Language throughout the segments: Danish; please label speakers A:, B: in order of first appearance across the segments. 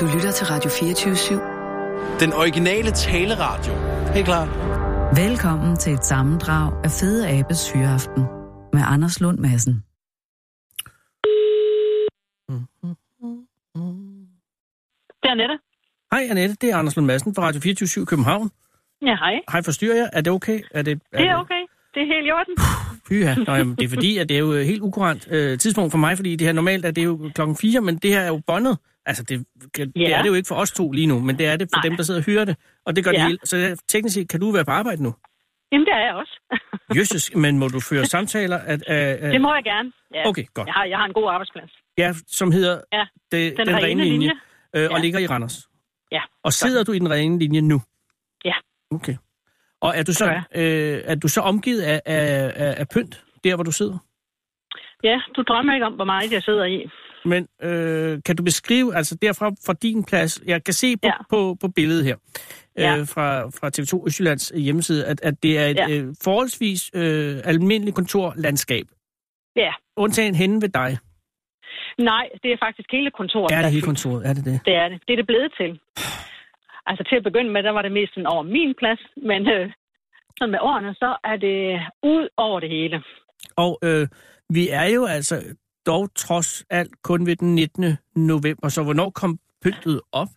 A: Du lytter til Radio 24-7.
B: Den originale taleradio. Helt klart.
A: Velkommen til et sammendrag af Fede Abes Hyreaften med Anders Lund Madsen.
C: Det er Annette.
D: Hej Annette, det er Anders Lund Madsen fra Radio 24 København.
C: Ja, hej.
D: Hej, forstyrrer jeg? Er det okay? Er det,
C: Det er okay. Det er helt i orden.
D: Pyha. Nå, jamen, det er fordi, at det er jo et helt ukurant øh, tidspunkt for mig, fordi det her normalt er det jo klokken 4, men det her er jo båndet. Altså, det, kan- det
C: Ja.
D: er det jo ikke for os to lige nu, men det er det for
C: Nej.
D: dem, der sidder og hører det. Og det gør
C: Ja.
D: det hele. Så teknisk set kan du være på arbejde nu.
C: Jamen, det er jeg også.
D: Jøsses, men må du føre samtaler? At, at,
C: Det
D: at,
C: må jeg gerne. Ja.
D: okay, godt.
C: Jeg har, jeg har en god arbejdsplads.
D: Ja, som hedder
C: Ja,
D: det, den,
C: rene
D: rene linje,
C: linje.
D: Øh, og
C: Ja.
D: ligger i Randers.
C: Ja,
D: Og sidder du i den rene linje nu?
C: Ja.
D: Okay. Og er du så,
C: Det
D: øh, er du så omgivet af, af, af, af pynt, der hvor du sidder?
C: Ja, du drømmer ikke om, hvor meget jeg sidder i.
D: Men øh, kan du beskrive, altså derfra fra din plads, jeg kan se på, ja.
C: Ja.
D: på, på billedet her,
C: Ja.
D: øh, fra, fra TV2 Østjyllands øh, hjemmeside, at, at det er et ja.
C: Ja.
D: øh, forholdsvis øh, almindeligt kontorlandskab.
C: Ja.
D: Undtagen henne ved dig.
C: Nej, det er faktisk hele kontoret.
D: Er
C: der
D: det hele
C: fyldt.
D: kontoret? Er det det?
C: Det er det. Det er det blevet til. Altså til at begynde med, der var det mest sådan over min plads, men øh, sådan med årene, så er det ud over det hele.
D: Og øh, vi er jo altså dog trods alt kun ved den 19. november, så hvornår kom pyntet op?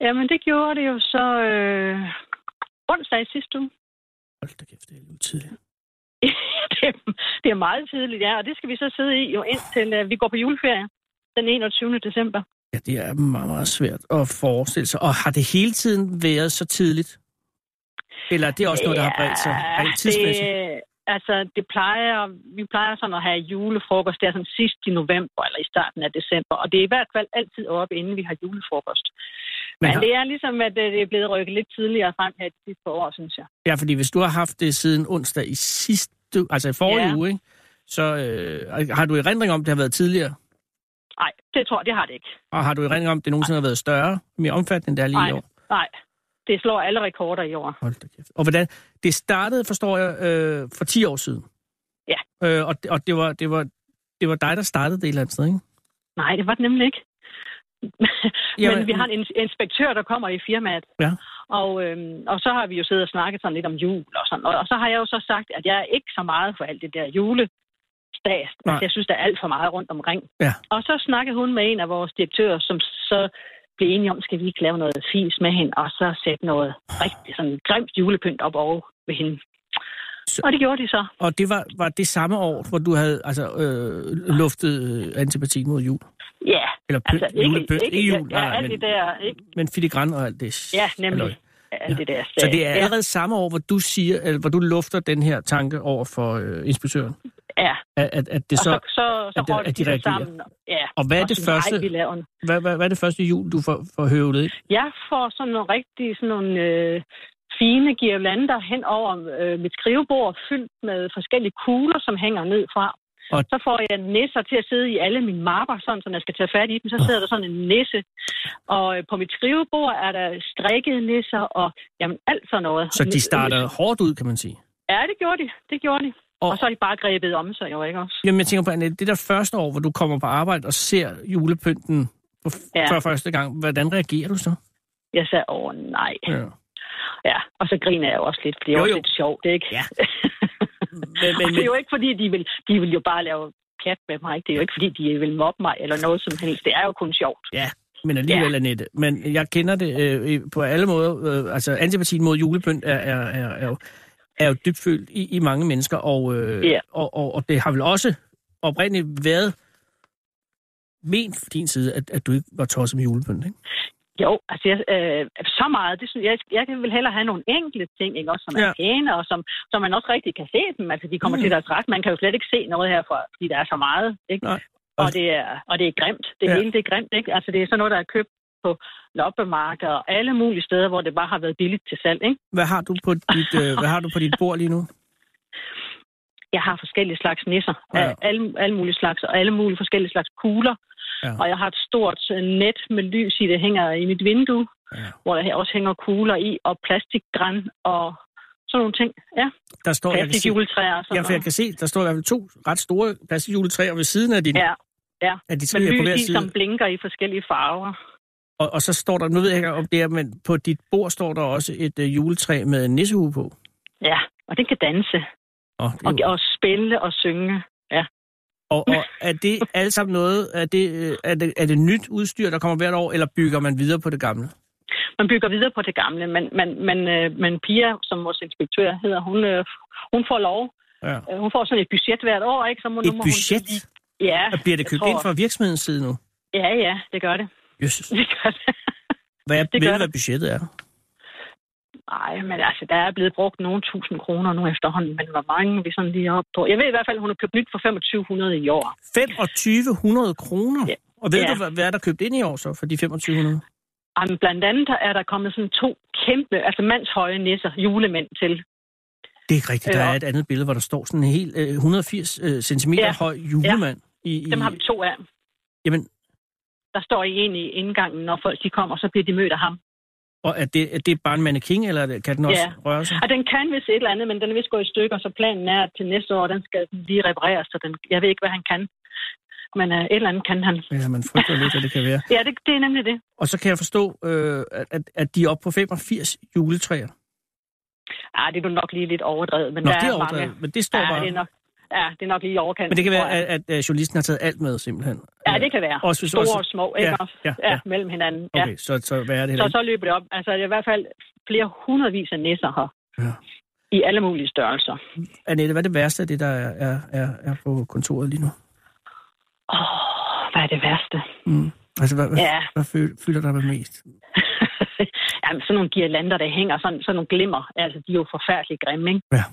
C: Jamen, det gjorde det jo så øh, onsdag i sidste uge.
D: Hold da kæft, det er lidt tidligt.
C: det, er- det er meget tidligt, ja, og det skal vi så sidde i jo indtil øh, vi går på juleferie den 21. december.
D: Ja, det er meget, meget svært at forestille sig. Og har det hele tiden været så tidligt? Eller er det også noget, der har bredt sig rent tidsmæssigt?
C: det, altså, det plejer, vi plejer sådan at have julefrokost der sådan sidst i november eller i starten af december, og det er i hvert fald altid oppe, inden vi har julefrokost. Men,
D: Men-
C: Men det er ligesom, at øh, det er blevet rykket lidt tidligere frem her de sidste par år, synes jeg.
D: Ja, fordi hvis du har haft det siden onsdag i sidste, altså i forrige
C: Ja.
D: uge, ikke? så øh, har du erindring om, at det har været tidligere?
C: Nej, det tror jeg, det har det ikke.
D: Og har du erindring om, at det nogensinde har været større, mere omfattende, end det er lige i
C: Nej,
D: år?
C: nej. Det slår alle rekorder i år.
D: Hold da kæft. Og hvordan, det startede, forstår jeg, øh, for 10 år siden.
C: Ja.
D: Øh, og det, og det, var, det, var, det var dig, der startede det et eller andet sted, ikke?
C: Nej, det var det nemlig ikke.
D: Jamen,
C: Men vi har en ins- inspektør, der kommer i firmaet.
D: Ja.
C: Og, øhm, og så har vi jo siddet og snakket sådan lidt om jul og sådan. Og, og så har jeg jo så sagt, at jeg er ikke så meget for alt det der julestas.
D: Nej.
C: Altså, jeg synes, der er alt for meget rundt omkring.
D: Ja.
C: Og så snakkede hun med en af vores direktører, som så blev enige om, skal vi ikke lave noget fis med hende, og så sætte noget rigtig sådan grimt julepynt op over ved hende.
D: Så-
C: Så... Og det gjorde de så.
D: Og det var, var det samme år, hvor du havde altså, øh, luftet øh, antipati mod jul?
C: Ja,
D: Eller pynt,
C: altså
D: altså, julepynt, ikke, ikke jul,
C: ja, ja,
D: nej,
C: alt
D: men,
C: det der, ikke?
D: men filigran og alt det.
C: Ja, nemlig.
D: halløj.
C: Alt det der.
D: Så det er
C: Ja.
D: allerede samme år, hvor du siger, eller, hvor du lufter den her tanke over for øh, inspektøren,
C: Ja,
D: at, at, at det
C: og så,
D: så,
C: så, så, så
D: at det-
C: rådte
D: at
C: de,
D: de
C: sig
D: reagerer.
C: sammen. Ja,
D: Og hvad er det
C: sådan,
D: første-
C: "Ej, vi laver en-"
D: hvad, hvad, hvad er det første jul, du får, får høvlet ind?
C: Jeg får sådan nogle rigtig sådan nogle, øh, fine girlander hen over øh, mit skrivebord, fyldt med forskellige kugler, som hænger ned fra.
D: Og-
C: Og... Så får jeg nisser til at sidde i alle mine mapper, sådan, så når jeg skal tage fat i dem, så sidder der sådan en nisse. Og øh, på mit skrivebord er der strikkede nisser og jamen, alt sådan noget.
D: Så de starter hårdt ud, kan man sige.
C: Ja, det gjorde de. Det gjorde de.
D: Og-
C: Og, og så er de bare grebet om sig jo, ikke også?
D: Jamen, jeg tænker på, Annette, det der første år, hvor du kommer på arbejde og ser julepynten for, ja.
C: Ja.
D: for første gang, hvordan reagerer du så?
C: Jeg sagde, åh nej.
D: Ja.
C: Ja, og så griner jeg jo også lidt, for det er
D: Jo,
C: jo, også
D: jo.
C: lidt sjovt, ikke?
D: Ja.
C: men, men, det er jo ikke, fordi de vil, de vil jo bare lave pjat med mig. ikke? Det er jo ikke, fordi de vil mobbe mig eller noget som helst. Det er jo kun sjovt.
D: Ja, men alligevel, ja. Annette. Men jeg kender det øh, i- på alle måder. Øh, altså, antipatien mod julepynt er, er, er, er, jo, er jo dybfølt i, i mange mennesker, og, øh,
C: Ja.
D: og, og, og det har vel også oprindeligt været ment fra din side, at, at du ikke var tosset med julepynt, ikke?
C: Jo, altså jeg, øh, så meget. Det synes, jeg, jeg kan vel hellere have nogle enkelte ting, ikke? Også, som er
D: Ja.
C: ja. pæne, og som, som man også rigtig kan se dem. Altså de kommer
D: Mm.
C: mm. til deres ret. Man kan jo slet ikke se noget herfra, fordi der er så meget. Ikke?
D: Nej. Og-
C: Og, det er, og det er grimt. Det
D: Ja.
C: ja. hele det er grimt. Ikke? Altså det er sådan noget, der er købt på loppemarkeder og alle mulige steder, hvor det bare har været billigt til salg. Ikke?
D: Hvad har du på dit, øh, hvad har du på dit bord lige nu?
C: jeg har forskellige slags nisser.
D: Ja.
C: Ja. Alle, alle mulige slags, og alle mulige forskellige slags kugler.
D: Ja.
C: Ja. Og jeg har et stort øh, net med lys i, det hænger i mit vindue,
D: Ja.
C: hvor der også hænger kugler i, og plastikgræn og sådan nogle ting. Ja,
D: Der står, jeg kan se,
C: plastikjuletræer og sådan
D: ja, for jeg
C: noget.
D: kan se, der står i hvert fald to ret store plastikjuletræer ved siden af, din,
C: Ja,
D: af de
C: med
D: tre på hver
C: lys i,
D: side.
C: som blinker i forskellige farver.
D: Og, og så står der, nu ved jeg ikke om det er, men på dit bord står der også et øh, juletræ med en nissehue på.
C: Ja, og den kan danse
D: Og, det er
C: og,
D: jo-
C: og spille og synge.
D: og, og er det alt sammen noget, er det, øh, er, det, er det nyt udstyr, der kommer hvert år, eller bygger man videre på det gamle?
C: Man bygger videre på det gamle, men, men, men, øh, men Pia, som vores inspektør hedder, hun, øh, hun får lov.
D: Ja.
C: Øh, Hun får sådan et budget hvert år, ikke? Så må, nu
D: Et
C: må
D: budget?
C: Hun, ja.
D: Og bliver det
C: jeg
D: købt
C: tror-
D: ind fra virksomhedens side nu?
C: Ja, ja, det gør det.
D: Jesus.
C: det, gør det.
D: Hvad,
C: Det
D: ved
C: gør
D: du, hvad
C: det.
D: budgettet er?
C: Nej, men altså, der er blevet brugt nogle tusind kroner nu efterhånden, men hvor mange er vi sådan lige op på? Jeg ved i hvert fald, at hun har købt nyt for 2500 i år.
D: 2500 kroner?
C: Ja.
D: Og ved
C: Ja.
D: du, hvad, hvad er der købt ind i år så for de 2500?
C: Jamen, blandt andet er der kommet sådan to kæmpe, altså mandshøje nisser, julemænd til.
D: Det er ikke rigtigt. Der
C: Ja.
D: er et andet billede, hvor der står sådan en helt øh, 180 øh, cm ja.
C: Ja.
D: høj julemand. Ja. I, i,
C: Dem har vi to af.
D: Jamen,
C: Der står I en i indgangen, når folk de kommer, så bliver de mødt af ham.
D: og er det, er det bare en mannequin, eller er det- kan den også
C: Ja.
D: røre sig?
C: Og den kan vist et eller andet, men den er vist gået i stykker, så planen er, at til næste år, den skal den lige repareres, så den, jeg ved ikke, hvad han kan. Men øh, et eller andet kan han.
D: Ja, man frygter lidt, hvad det kan være.
C: Ja, det, det er nemlig det.
D: Og så kan jeg forstå, øh, at- at, at de er oppe på 85 juletræer.
C: Ah, det er nu nok lige lidt overdrevet, men
D: Nå,
C: der
D: det er
C: er mange.
D: overdrevet, men det står
C: Ja,
D: bare...
C: det er nok, ja, det er nok lige i overkanten.
D: Men det kan være,
C: tror jeg.
D: at, at øh, journalisten har taget alt med, simpelthen.
C: Ja, det kan være.
D: Også hvis-
C: Store
D: også-
C: og små, ikke?
D: Ja,
C: også?
D: ja,
C: ja,
D: ja.
C: mellem hinanden. Ja.
D: Okay, så, så hvad er det
C: Så,
D: heller ikke?
C: så løber det op. Altså, det er i hvert fald flere hundredvis af nisser her.
D: Ja.
C: I alle mulige størrelser.
D: Annette, hvad er det værste af det, der er, er, er, er på kontoret lige nu?
C: Åh, hvad er det værste?
D: Mm. Altså, hvad, hvad,
C: Ja.
D: hvad fø- fylder dig med mest?
C: Jamen, sådan nogle girlander, der hænger, sådan, sådan nogle glimmer, altså, de er jo forfærdeligt grimme, ikke?
D: Ja.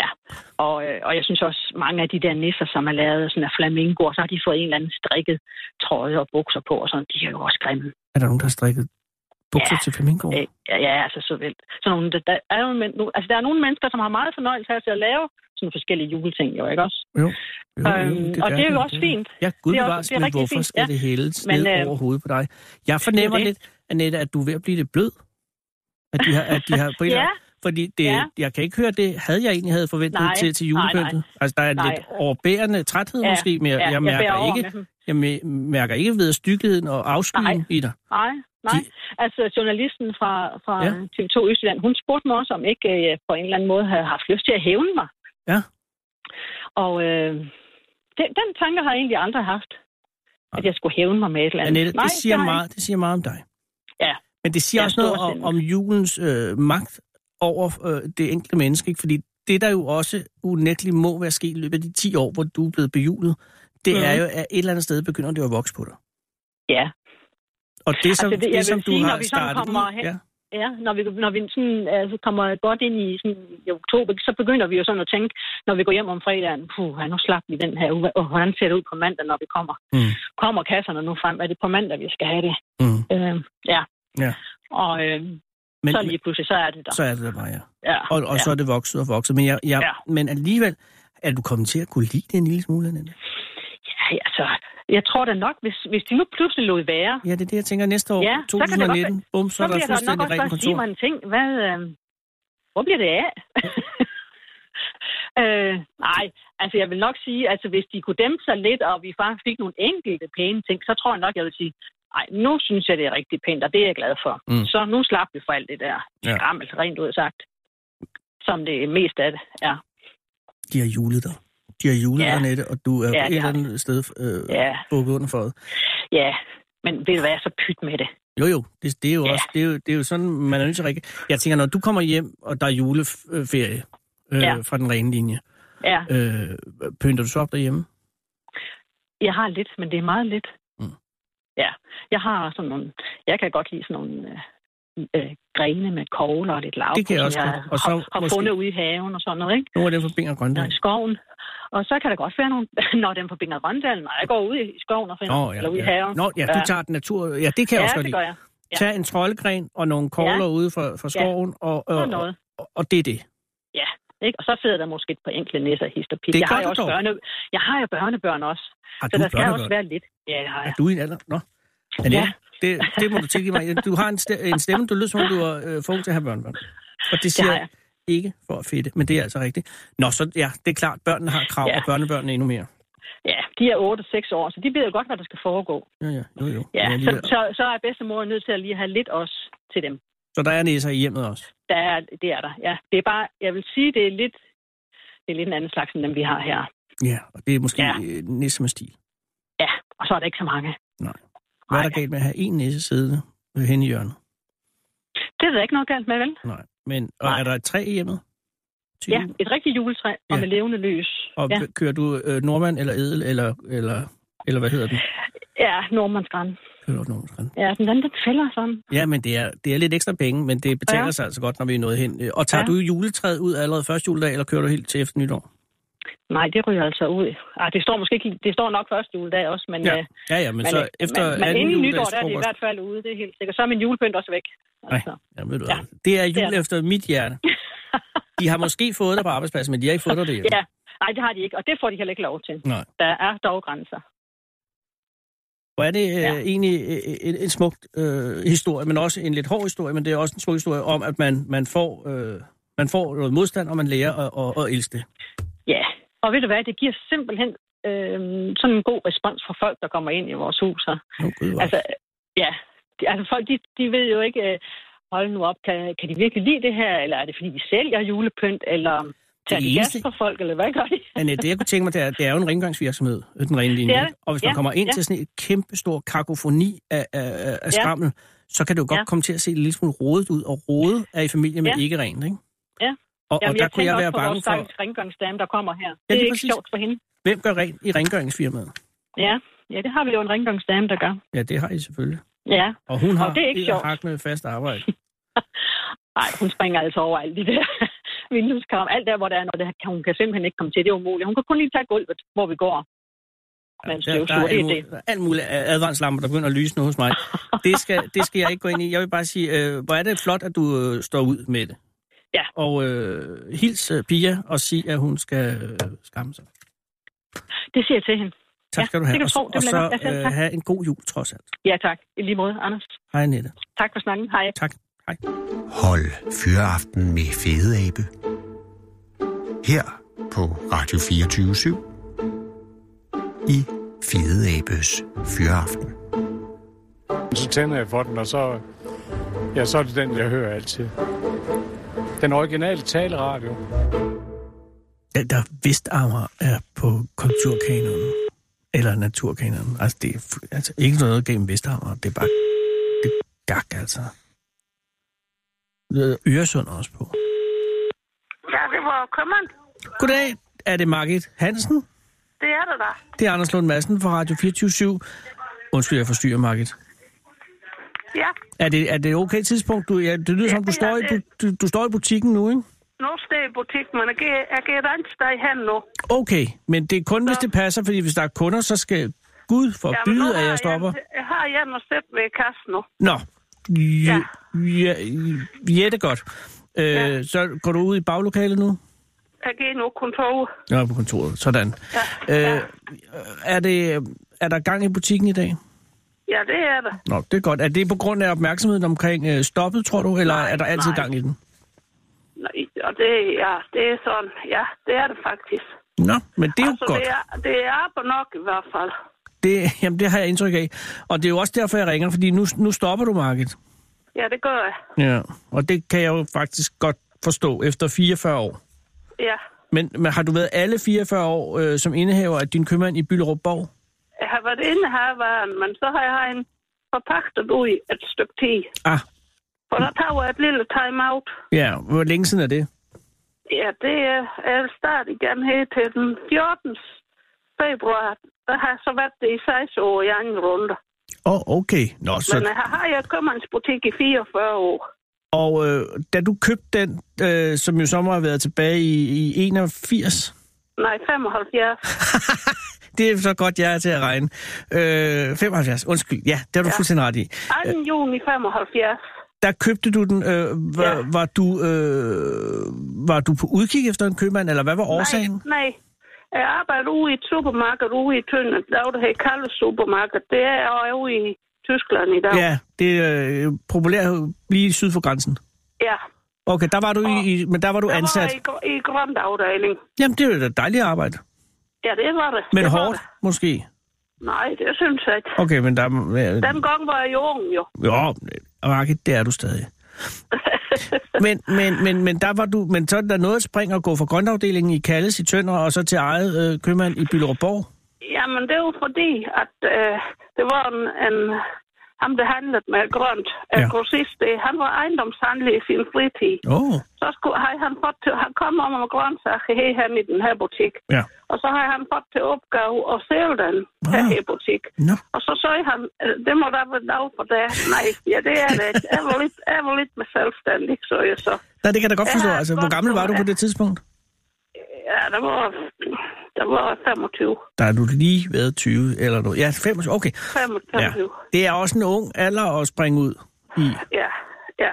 C: Ja, og, øh, og jeg synes også, mange af de der nisser, som er lavet sådan af flamingoer, så har de fået en eller anden strikket trøje og bukser på, og sådan, de er jo også grimme.
D: Er der nogen, der har strikket bukser ja.
C: Ja.
D: til flamingoer?
C: Øh, ja, ja, altså så vel. Så nogle, der, der, er jo, men, nu, altså, der er nogle mennesker, som har meget fornøjelse af til at lave sådan nogle forskellige juleting, jo ikke også?
D: Jo. jo, jo
C: Øhm, og
D: gør
C: det er
D: de,
C: jo også fint.
D: Ja, gud
C: Det er også-
D: bevares,
C: det er
D: men
C: rigtig
D: hvorfor
C: fint,
D: skal
C: ja.
D: det hældes
C: Men,
D: ned
C: øh,
D: over hovedet på dig? Jeg fornemmer
C: det.
D: lidt, Annette, at du er ved at blive lidt blød. At de har, at de har på en
C: Ja.
D: eller- fordi det,
C: Ja.
D: jeg kan ikke høre det, havde jeg egentlig havde forventet
C: Nej,
D: til, til
C: nej, nej.
D: julepyntet. Altså, der er en
C: Nej.
D: lidt overbærende træthed
C: Ja,
D: måske, men jeg, jeg, mærker
C: bærer over
D: ikke,
C: med dem.
D: jeg mæ- mærker ikke ved stygheden og afskyen
C: Nej.
D: i dig.
C: Nej, nej.
D: De-
C: Altså, journalisten fra, fra
D: Ja.
C: ja. TV2 Østjylland, hun spurgte mig også, om ikke øh, jeg på en eller anden måde havde haft lyst til at hævne mig.
D: Ja.
C: Og øh, den, den tanke har jeg egentlig aldrig haft, at jeg skulle hævne mig med et eller andet.
D: Annette, det, siger
C: har jeg
D: meget, det siger meget om dig.
C: Ja.
D: Men det siger
C: Jeg er
D: også noget om,
C: storsindet.
D: om julens øh, magt over øh, det enkelte menneske, ikke? fordi det, der jo også unægteligt må være sket i løbet af de 10 år, hvor du er blevet bejulet, det mm.
C: Mhm.
D: er jo, at et eller andet sted begynder det jo at vokse på dig.
C: ikke. Ja, Altså,
D: Og det, som,
C: det-
D: det,
C: jeg
D: det, som
C: vil
D: du
C: sige, når
D: har
C: vi sådan
D: startet
C: kommer
D: ud...
C: hen-
D: Ja.
C: Ja, når vi, når vi sådan, altså, kommer godt ind i, sådan, i oktober, så begynder vi jo sådan at tænke, når vi går hjem om fredagen, puh, ja, nu slap vi den her uge, og hvordan ser det ud på mandag, når vi kommer?
D: Mm.
C: Kommer kasserne nu frem? Er det på mandag, vi skal have det?
D: Mm.
C: Øh, ja.
D: Ja.
C: Og øh,
D: Men,
C: så lige pludselig, så er det der.
D: så er det der bare, ja.
C: ja.
D: Og, og ja.
C: ja.
D: så er det vokset og vokset. Men, jeg, jeg, ja.
C: Ja.
D: men alligevel er du kommet til at kunne lide det en lille smule, Annette?
C: ja, altså, jeg tror da nok, hvis, hvis de nu pludselig lod være,
D: Ja, det er det, jeg tænker næste år,
C: Ja,
D: ja,
C: så kan det godt være.
D: 2019. Bum, så
C: så, så
D: er der
C: bliver der nok
D: fuldstændig
C: også
D: rent
C: bare sige
D: kontor.
C: mig en ting. Hvad, øh, hvor bliver det af? øh, nej, altså jeg vil nok sige, altså hvis de kunne dæmpe sig lidt, og vi faktisk fik nogle enkelte pæne ting, så tror jeg nok, jeg vil sige, nej, nu synes jeg, det er rigtig pænt, og det er jeg glad for.
D: Mm.
C: Mm. Så nu slap vi for alt det der
D: Ja.
C: skrammel, rent ud sagt. Som det mest af det er.
D: de har julet dig. De har julet ja.
C: Ja.
D: dig, Annette, og du er ja,
C: Ja,
D: et
C: det
D: eller
C: har
D: andet sted øh, ja.
C: Ja.
D: bukket under for det.
C: Ja, men ved du hvad, så pyt med det.
D: Jo, jo, det, det er jo
C: Ja.
D: også, det er jo, det er jo sådan, man er nødt til at række. Jeg tænker, når du kommer hjem, og der er juleferie øh,
C: Ja.
D: fra den rene linje,
C: Ja,
D: øh, pynter du så op derhjemme?
C: jeg har lidt, men det er meget lidt.
D: Mm.
C: Ja, jeg har sådan nogle, jeg kan godt lide sådan nogle øh, øh, grene med kogler og lidt lav,
D: Det kan jeg også
C: som
D: godt. Og så
C: har, har
D: måske- Mm.
C: fundet ude i haven og sådan noget, ikke?
D: Nogle af dem fra Bing og
C: Nå,
D: Grøndal.
C: i skoven. Og så kan der godt være nogle, når den forbinder Grøndalen, og jeg går ud i skoven og finder,
D: Nå,
C: eller
D: ja,
C: ude i
D: ja.
C: haven.
D: Nå, ja, du
C: Ja.
D: tager den natur... Ja, det kan
C: ja,
D: jeg også
C: det
D: godt lide.
C: gør jeg. Ja.
D: Tag en troldgren og nogle kogler ja. ude fra, fra skoven, og, og,
C: Sådan noget.
D: og, og det er det.
C: Ikke? Og så sidder der måske et par enkle næser og hister pit.
D: Det
C: Jeg har
D: gør
C: jo
D: du
C: også
D: dog.
C: børne, jeg har jo børnebørn også.
D: Har
C: Så
D: du
C: der skal også
D: børnebørn?
C: være lidt. Ja, det har
D: Er
C: jeg.
D: du i en alder? Nå. Annette, ja. det, det må du tilgive mig. Du har en, ste- en stemme, du lyder som om, du er øh, for ung til at have børnebørn. Og det siger
C: har
D: det jeg ikke for at fedte, men det er altså rigtigt. Nå, så ja, det er klart, børnene har krav, ja.
C: Ja.
D: og børnebørnene endnu mere.
C: Ja, de er 8 og 6 år, så de ved jo godt, hvad der skal foregå.
D: Ja, ja, jo, jo.
C: Ja,
D: lige
C: så,
D: ved-
C: så, så er bedstemor nødt til at lige have lidt også til dem.
D: så der er næser i hjemmet også.
C: Der er, det er der, ja. Det er bare, jeg vil sige, det er lidt, det er lidt en anden slags, end dem vi har her.
D: Ja, og det er måske
C: Ja.
D: ja. næse med stil.
C: Ja, og så er der ikke så mange.
D: Hvad er der
C: Nej.
D: galt med at have en næse siddende øh, hen i hjørnet?
C: Det er der ikke noget galt med, vel?
D: Nej. Men, og
C: Nej.
D: er der et træ i hjemmet? Til
C: Ja,
D: jul?
C: et rigtigt juletræ og
D: Ja.
C: med levende lys.
D: Og
C: ja.
D: ja. kører du øh, nordmand eller edel, eller, eller, eller hvad hedder den?
C: ja, Nordmandsgræn.
D: Kører du nordmand?
C: Ja, den anden, den fælder sådan.
D: Ja, men det er, det er lidt ekstra penge, men det betaler
C: Ja.
D: ja. sig altså godt, når vi er nået hen. Øh, Og tager
C: Ja.
D: ja. du juletræet ud allerede første juledag, eller kører du helt til efter nytår?
C: Nej, det ryger altså ud. Ej, det står måske ikke, det står nok første juledag også, men... øh,
D: Ja, ja,
C: men,
D: men, men så
C: øh,
D: efter
C: men, men
D: anden
C: inden nytår,
D: juledags
C: der er det i
D: frokost-
C: hvert fald ude, det er helt sikkert. Så er min julepynt også væk. Altså.
D: Ja, ved du
C: Ja.
D: ja. Det er jul
C: Det er
D: det
C: det.
D: er efter mit hjerte. De har måske fået dig på arbejdspladsen, men de har ikke fået dig det.
C: Ja, nej, det har de ikke, og det får de heller ikke lov til.
D: Nej.
C: Der er dog grænser.
D: Hvor er det øh,
C: Ja.
D: egentlig øh, en, en smuk øh, historie, men også en lidt hård historie, men det er også en smuk historie om, at man, man, får, øh, man får noget modstand, og man lærer at, at, at elske det.
C: Ja, og ved du hvad, det giver simpelthen øh, sådan en god respons fra folk, der kommer ind i vores hus her.
D: Nå, Gud, hvor-
C: Altså, ja, de, altså folk, de, de ved jo ikke, øh, hold nu op, kan, kan de virkelig lide det her, eller er det fordi, de sælger julepynt, eller tager de gas
D: eneste-
C: på folk, eller hvad gør de?
D: Annette, det jeg kunne tænke mig, det er, det er jo en rengøringsvirksomhed, øh, den rene linje.
C: Det er
D: ikke? Og hvis man
C: Ja,
D: kommer ind
C: ja.
D: til sådan et kæmpestor kakofoni af, af, af- af
C: Ja.
D: skrammel, så kan det jo godt
C: Ja.
D: komme til at se en lille smule rodet ud, og rodet er i familie med
C: Ja.
D: ikke rent, ikke?
C: Ja.
D: Og, og
C: Jamen,
D: der
C: jeg
D: kunne jeg
C: tænker
D: være
C: også på
D: bange
C: vores
D: for,
C: stakkels rengøringsdame, der kommer her.
D: lige
C: det er ikke
D: præcis.
C: sjovt for hende.
D: hvem gør rent i rengøringsfirmaet?
C: Ja. ja, det har vi jo en rengøringsdame, der gør.
D: Ja, det har I selvfølgelig.
C: Ja,
D: Og hun har
C: det er ikke sjovt.
D: hak med fast arbejde.
C: Nej, hun springer altså over alt det der vindueskarm. Alt der, hvor der er noget, der kan, hun kan simpelthen ikke komme til. Det er umuligt. Hun kan kun lige tage gulvet, hvor vi går. Men
D: Der, der
C: støvsuger,
D: er
C: det er
D: alt
C: det.
D: muligt, alt muligt advarslamper, der begynder at lyse nu hos mig. Det skal, det skal jeg ikke gå ind i. Jeg vil bare sige, øh, hvor er det flot, at du øh, står ud med det.
C: Ja.
D: Og øh, hils øh, Pia og sig, at hun skal øh, skamme sig.
C: Det siger jeg til hende.
D: Tak
C: Ja,
D: skal du
C: det
D: have.
C: kan
D: og
C: du
D: så,
C: tro. Det
D: og
C: bliver
D: så
C: godt. Ja, selv
D: øh,
C: tak.
D: have en god jul, trods alt.
C: Ja, tak. I lige måde, Anders.
D: Hej, Nette.
C: Tak for snakken. Hej.
D: Tak. Hej.
E: Hold Fyraften med Fede Abe. Her på Radio 24 i Fede Abes Fyraften.
F: Så tænder jeg for den, og så, ja, så er det den, jeg hører altid. Den originale taleradio.
D: Den der Vestamager er på kulturkanonen. Eller naturkanonen. Altså, det er fu- altså, ikke noget gennem Vestamager. Det er bare... Det er gak, altså. Det er Øresund er også på.
G: Ja, det var købmand.
D: Goddag, er det Margit Hansen?
G: Det er det da.
D: Det er Anders Lund Madsen fra Radio 24 Undskyld, jeg forstyrrer, Margit.
G: Ja,
D: Er det, er det et okay tidspunkt? Du, ja, det lyder som, du
G: Ja,
D: står, i,
G: ja,
D: du,
G: det-
D: du, du står i butikken nu, ikke?
G: nogle steder i butikken, men jeg går, jeg går et andet sted hen nu.
D: Okay, men det er kun, hvis det passer, fordi hvis der er kunder, så skal Gud
G: nu
D: forbyde,
G: har
D: at jeg stopper.
G: Jeg, jeg har en og sætte ved kassen nu.
D: Nå, ja,
G: Ja.
D: ja, ja det er godt. Øh,
G: Ja.
D: Så går du ud i baglokalet nu?
G: Jeg går nu kontoret.
D: Ja, på kontoret, sådan.
G: Ja,
D: Øh,
G: ja.
D: er, det, er der gang i butikken i dag?
G: Ja, det er det.
D: Nå, det er godt. Er det på grund af opmærksomheden omkring øh, stoppet, tror du, eller
G: Nej,
D: er der altid
G: nej.
D: gang i den?
G: Nej, og det, ja, det er sådan. Ja, det er det faktisk.
D: Nå, men det er jo altså, godt.
G: det er, det er arbejde nok i hvert fald.
D: Det, er... det, jamen, det har jeg indtryk af. Og det er jo også derfor, jeg ringer, fordi nu, nu stopper du markedet.
G: Ja, det gør jeg.
D: Ja. Og det kan jeg jo faktisk godt forstå efter 44 år.
G: Ja,
D: Men, men har du været alle 44 år øh, som indehaver af din købmand i Byllerup Borg?
G: jeg har været inde her, men så har jeg en forpagtet ud et stykke tid.
D: Ah,
G: Og der tager jeg et lille time-out.
D: ja. Hvor længe siden er det?
G: Ja, det er jeg start igen her til den 14. februar. Der har jeg så været det i 6 år i anden runde.
D: Åh, oh, okay. Nå,
G: Men
D: så,
G: jeg har jeg købmandsbutik i 44 år.
D: og øh, da du købte den, øh, som jo så må have været tilbage i, i 81,
G: Nej, 75.
D: det er så godt, jeg er til at regne. Øh, 75, undskyld. Ja, det har du ja. fuldstændig ret i.
G: 2. juni 75.
D: Der købte du den. Øh, var, ja.
G: Ja.
D: var, du, øh, var du på udkig efter en købmand, eller hvad var årsagen?
G: Nej, nej. Jeg arbejder ude i et supermarked ude i Tønder. Der er det her kalde supermarked. Det er jeg ude i Tyskland i dag.
D: Ja, det er øh, populært lige syd for grænsen.
G: ja.
D: Okay, der var du i, i men der var du
G: Der var
D: ansat.
G: jeg i, gr- i grønt afdeling.
D: Jamen, det er jo da dejligt arbejde.
G: Ja, det var det.
D: Men
G: det var
D: hårdt,
G: det.
D: måske?
G: Nej, det synes jeg ikke.
D: Okay, men der...
G: Den gang var jeg jo ung, jo.
D: Jo, Arke, det er du stadig. men, men, men, men der var du, men så er der noget at springe og gå fra grøntafdelingen i Kalles i Tønder, og så til eget øh, købmand i Bylderborg.
G: Jamen, det var fordi, at øh, det var en, en, ham, der handlede med grønt.
D: Ja.
G: Ja. Grossist, det, han var ejendomshandler i sin fritid.
D: Åh, oh,
G: Så skulle, havde han fået til, han kom om med grøntsager her, her i den her butik.
D: ja.
G: Og så har han fået til opgave at sælge den her,
D: Ah.
G: her butik.
D: Nå,
G: Og så sagde han, øh, det må der være dag for dag. Nej, ja, det er det ikke. Jeg var lidt, jeg var lidt med selvstændig, så jeg så.
D: Nej, det kan jeg da godt
G: Ja,
D: forstå. Altså, hvor
G: godt
D: gammel var du på
G: forstå, ja.
D: det tidspunkt?
G: Ja, der var, der var 25.
D: Der er du lige ved 20 eller noget. Ja, 25. Okay.
G: 25.
D: Ja.
G: Ja,
D: Det er også en ung alder at springe ud i.
G: ja. ja.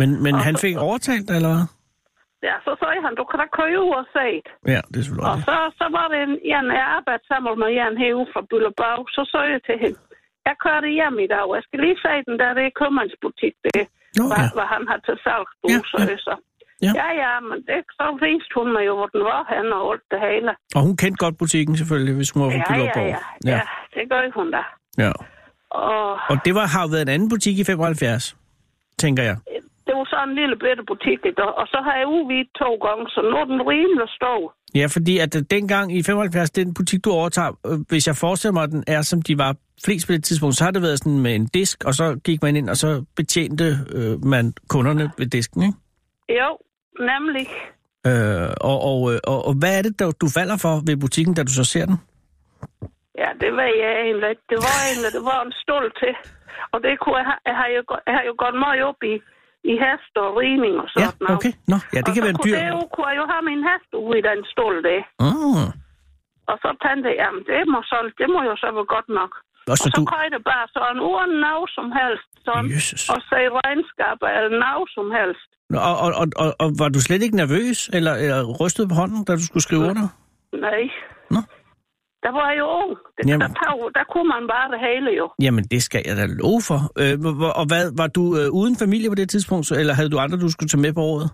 D: Men, men han fik overtalt, dig, eller hvad?
G: ja så sagde han, du kan da køre ud og se det.
D: Ja, det er selvfølgelig
G: Og
D: rigtigt.
G: så, så var det en, en jeg arbejdede sammen med en herude fra Bylleborg. Så sagde jeg til hende, jeg kører det hjem i dag. Jeg skal lige se den der, det er købmandsbutik, det er,
D: Nå,
G: hvad,
D: ja.
G: hvad han har til salg nu,
D: Ja,
G: ja, så
D: ja.
G: jeg så.
D: Ja.
G: Ja. ja, ja, men det, så viste hun mig jo, hvor den var henne og alt det hele.
D: Og hun kendte godt butikken selvfølgelig, hvis hun var fra
G: Ja, ja,
D: Bylderborg.
G: ja, ja, det gør hun da.
D: ja.
G: Og
D: Og det var, har jo været en anden butik i 75, tænker jeg.
G: det var sådan en lille bitte butik, ikke? og så har jeg udvidet to gange, så nu er den rimelig stor.
D: Ja, fordi at øh, dengang i 75, den butik, du overtager, øh, hvis jeg forestiller mig, at den er, som de var flest på det tidspunkt, så har det været sådan med en disk, og så gik man ind, og så betjente øh, man kunderne ved disken, ikke?
G: Jo, nemlig.
D: Øh, og, og, øh, og, og hvad er det, der, du falder for ved butikken, da du så ser den?
G: Ja, det var jeg egentlig. ikke. Det var egentlig, det var en stol til. Og det kunne jeg, ha- jeg har jo, gå- jeg har jo gået meget op i, i hest og riming og sådan
D: ja, okay. Nå, ja, det
G: og
D: kan
G: så
D: være en dyr...
G: kunne, Det jo, kunne jeg jo have min hest ude i den stol der.
D: Mm.
G: Og så tænkte jeg, jamen det må, så, det må jo så være godt nok.
D: Og
G: og
D: så
G: så
D: du...
G: kan det bare sådan, uden noget som helst. Sådan,
D: Jesus.
G: og se regnskaber eller noget som helst.
D: Nå, Og, og, og, og, og var du slet ikke nervøs, eller, eller rystet på hånden, da du skulle skrive under?
G: Nej.
D: Nå.
G: Der var jeg jo ung. Det,
D: Jamen.
G: der, tog, der kunne man bare det hele jo.
D: Jamen, det skal jeg da love for. Øh, hvor- hvor- og hvad, var du øh, uden familie på det tidspunkt, så- eller havde du andre, du skulle tage med på året?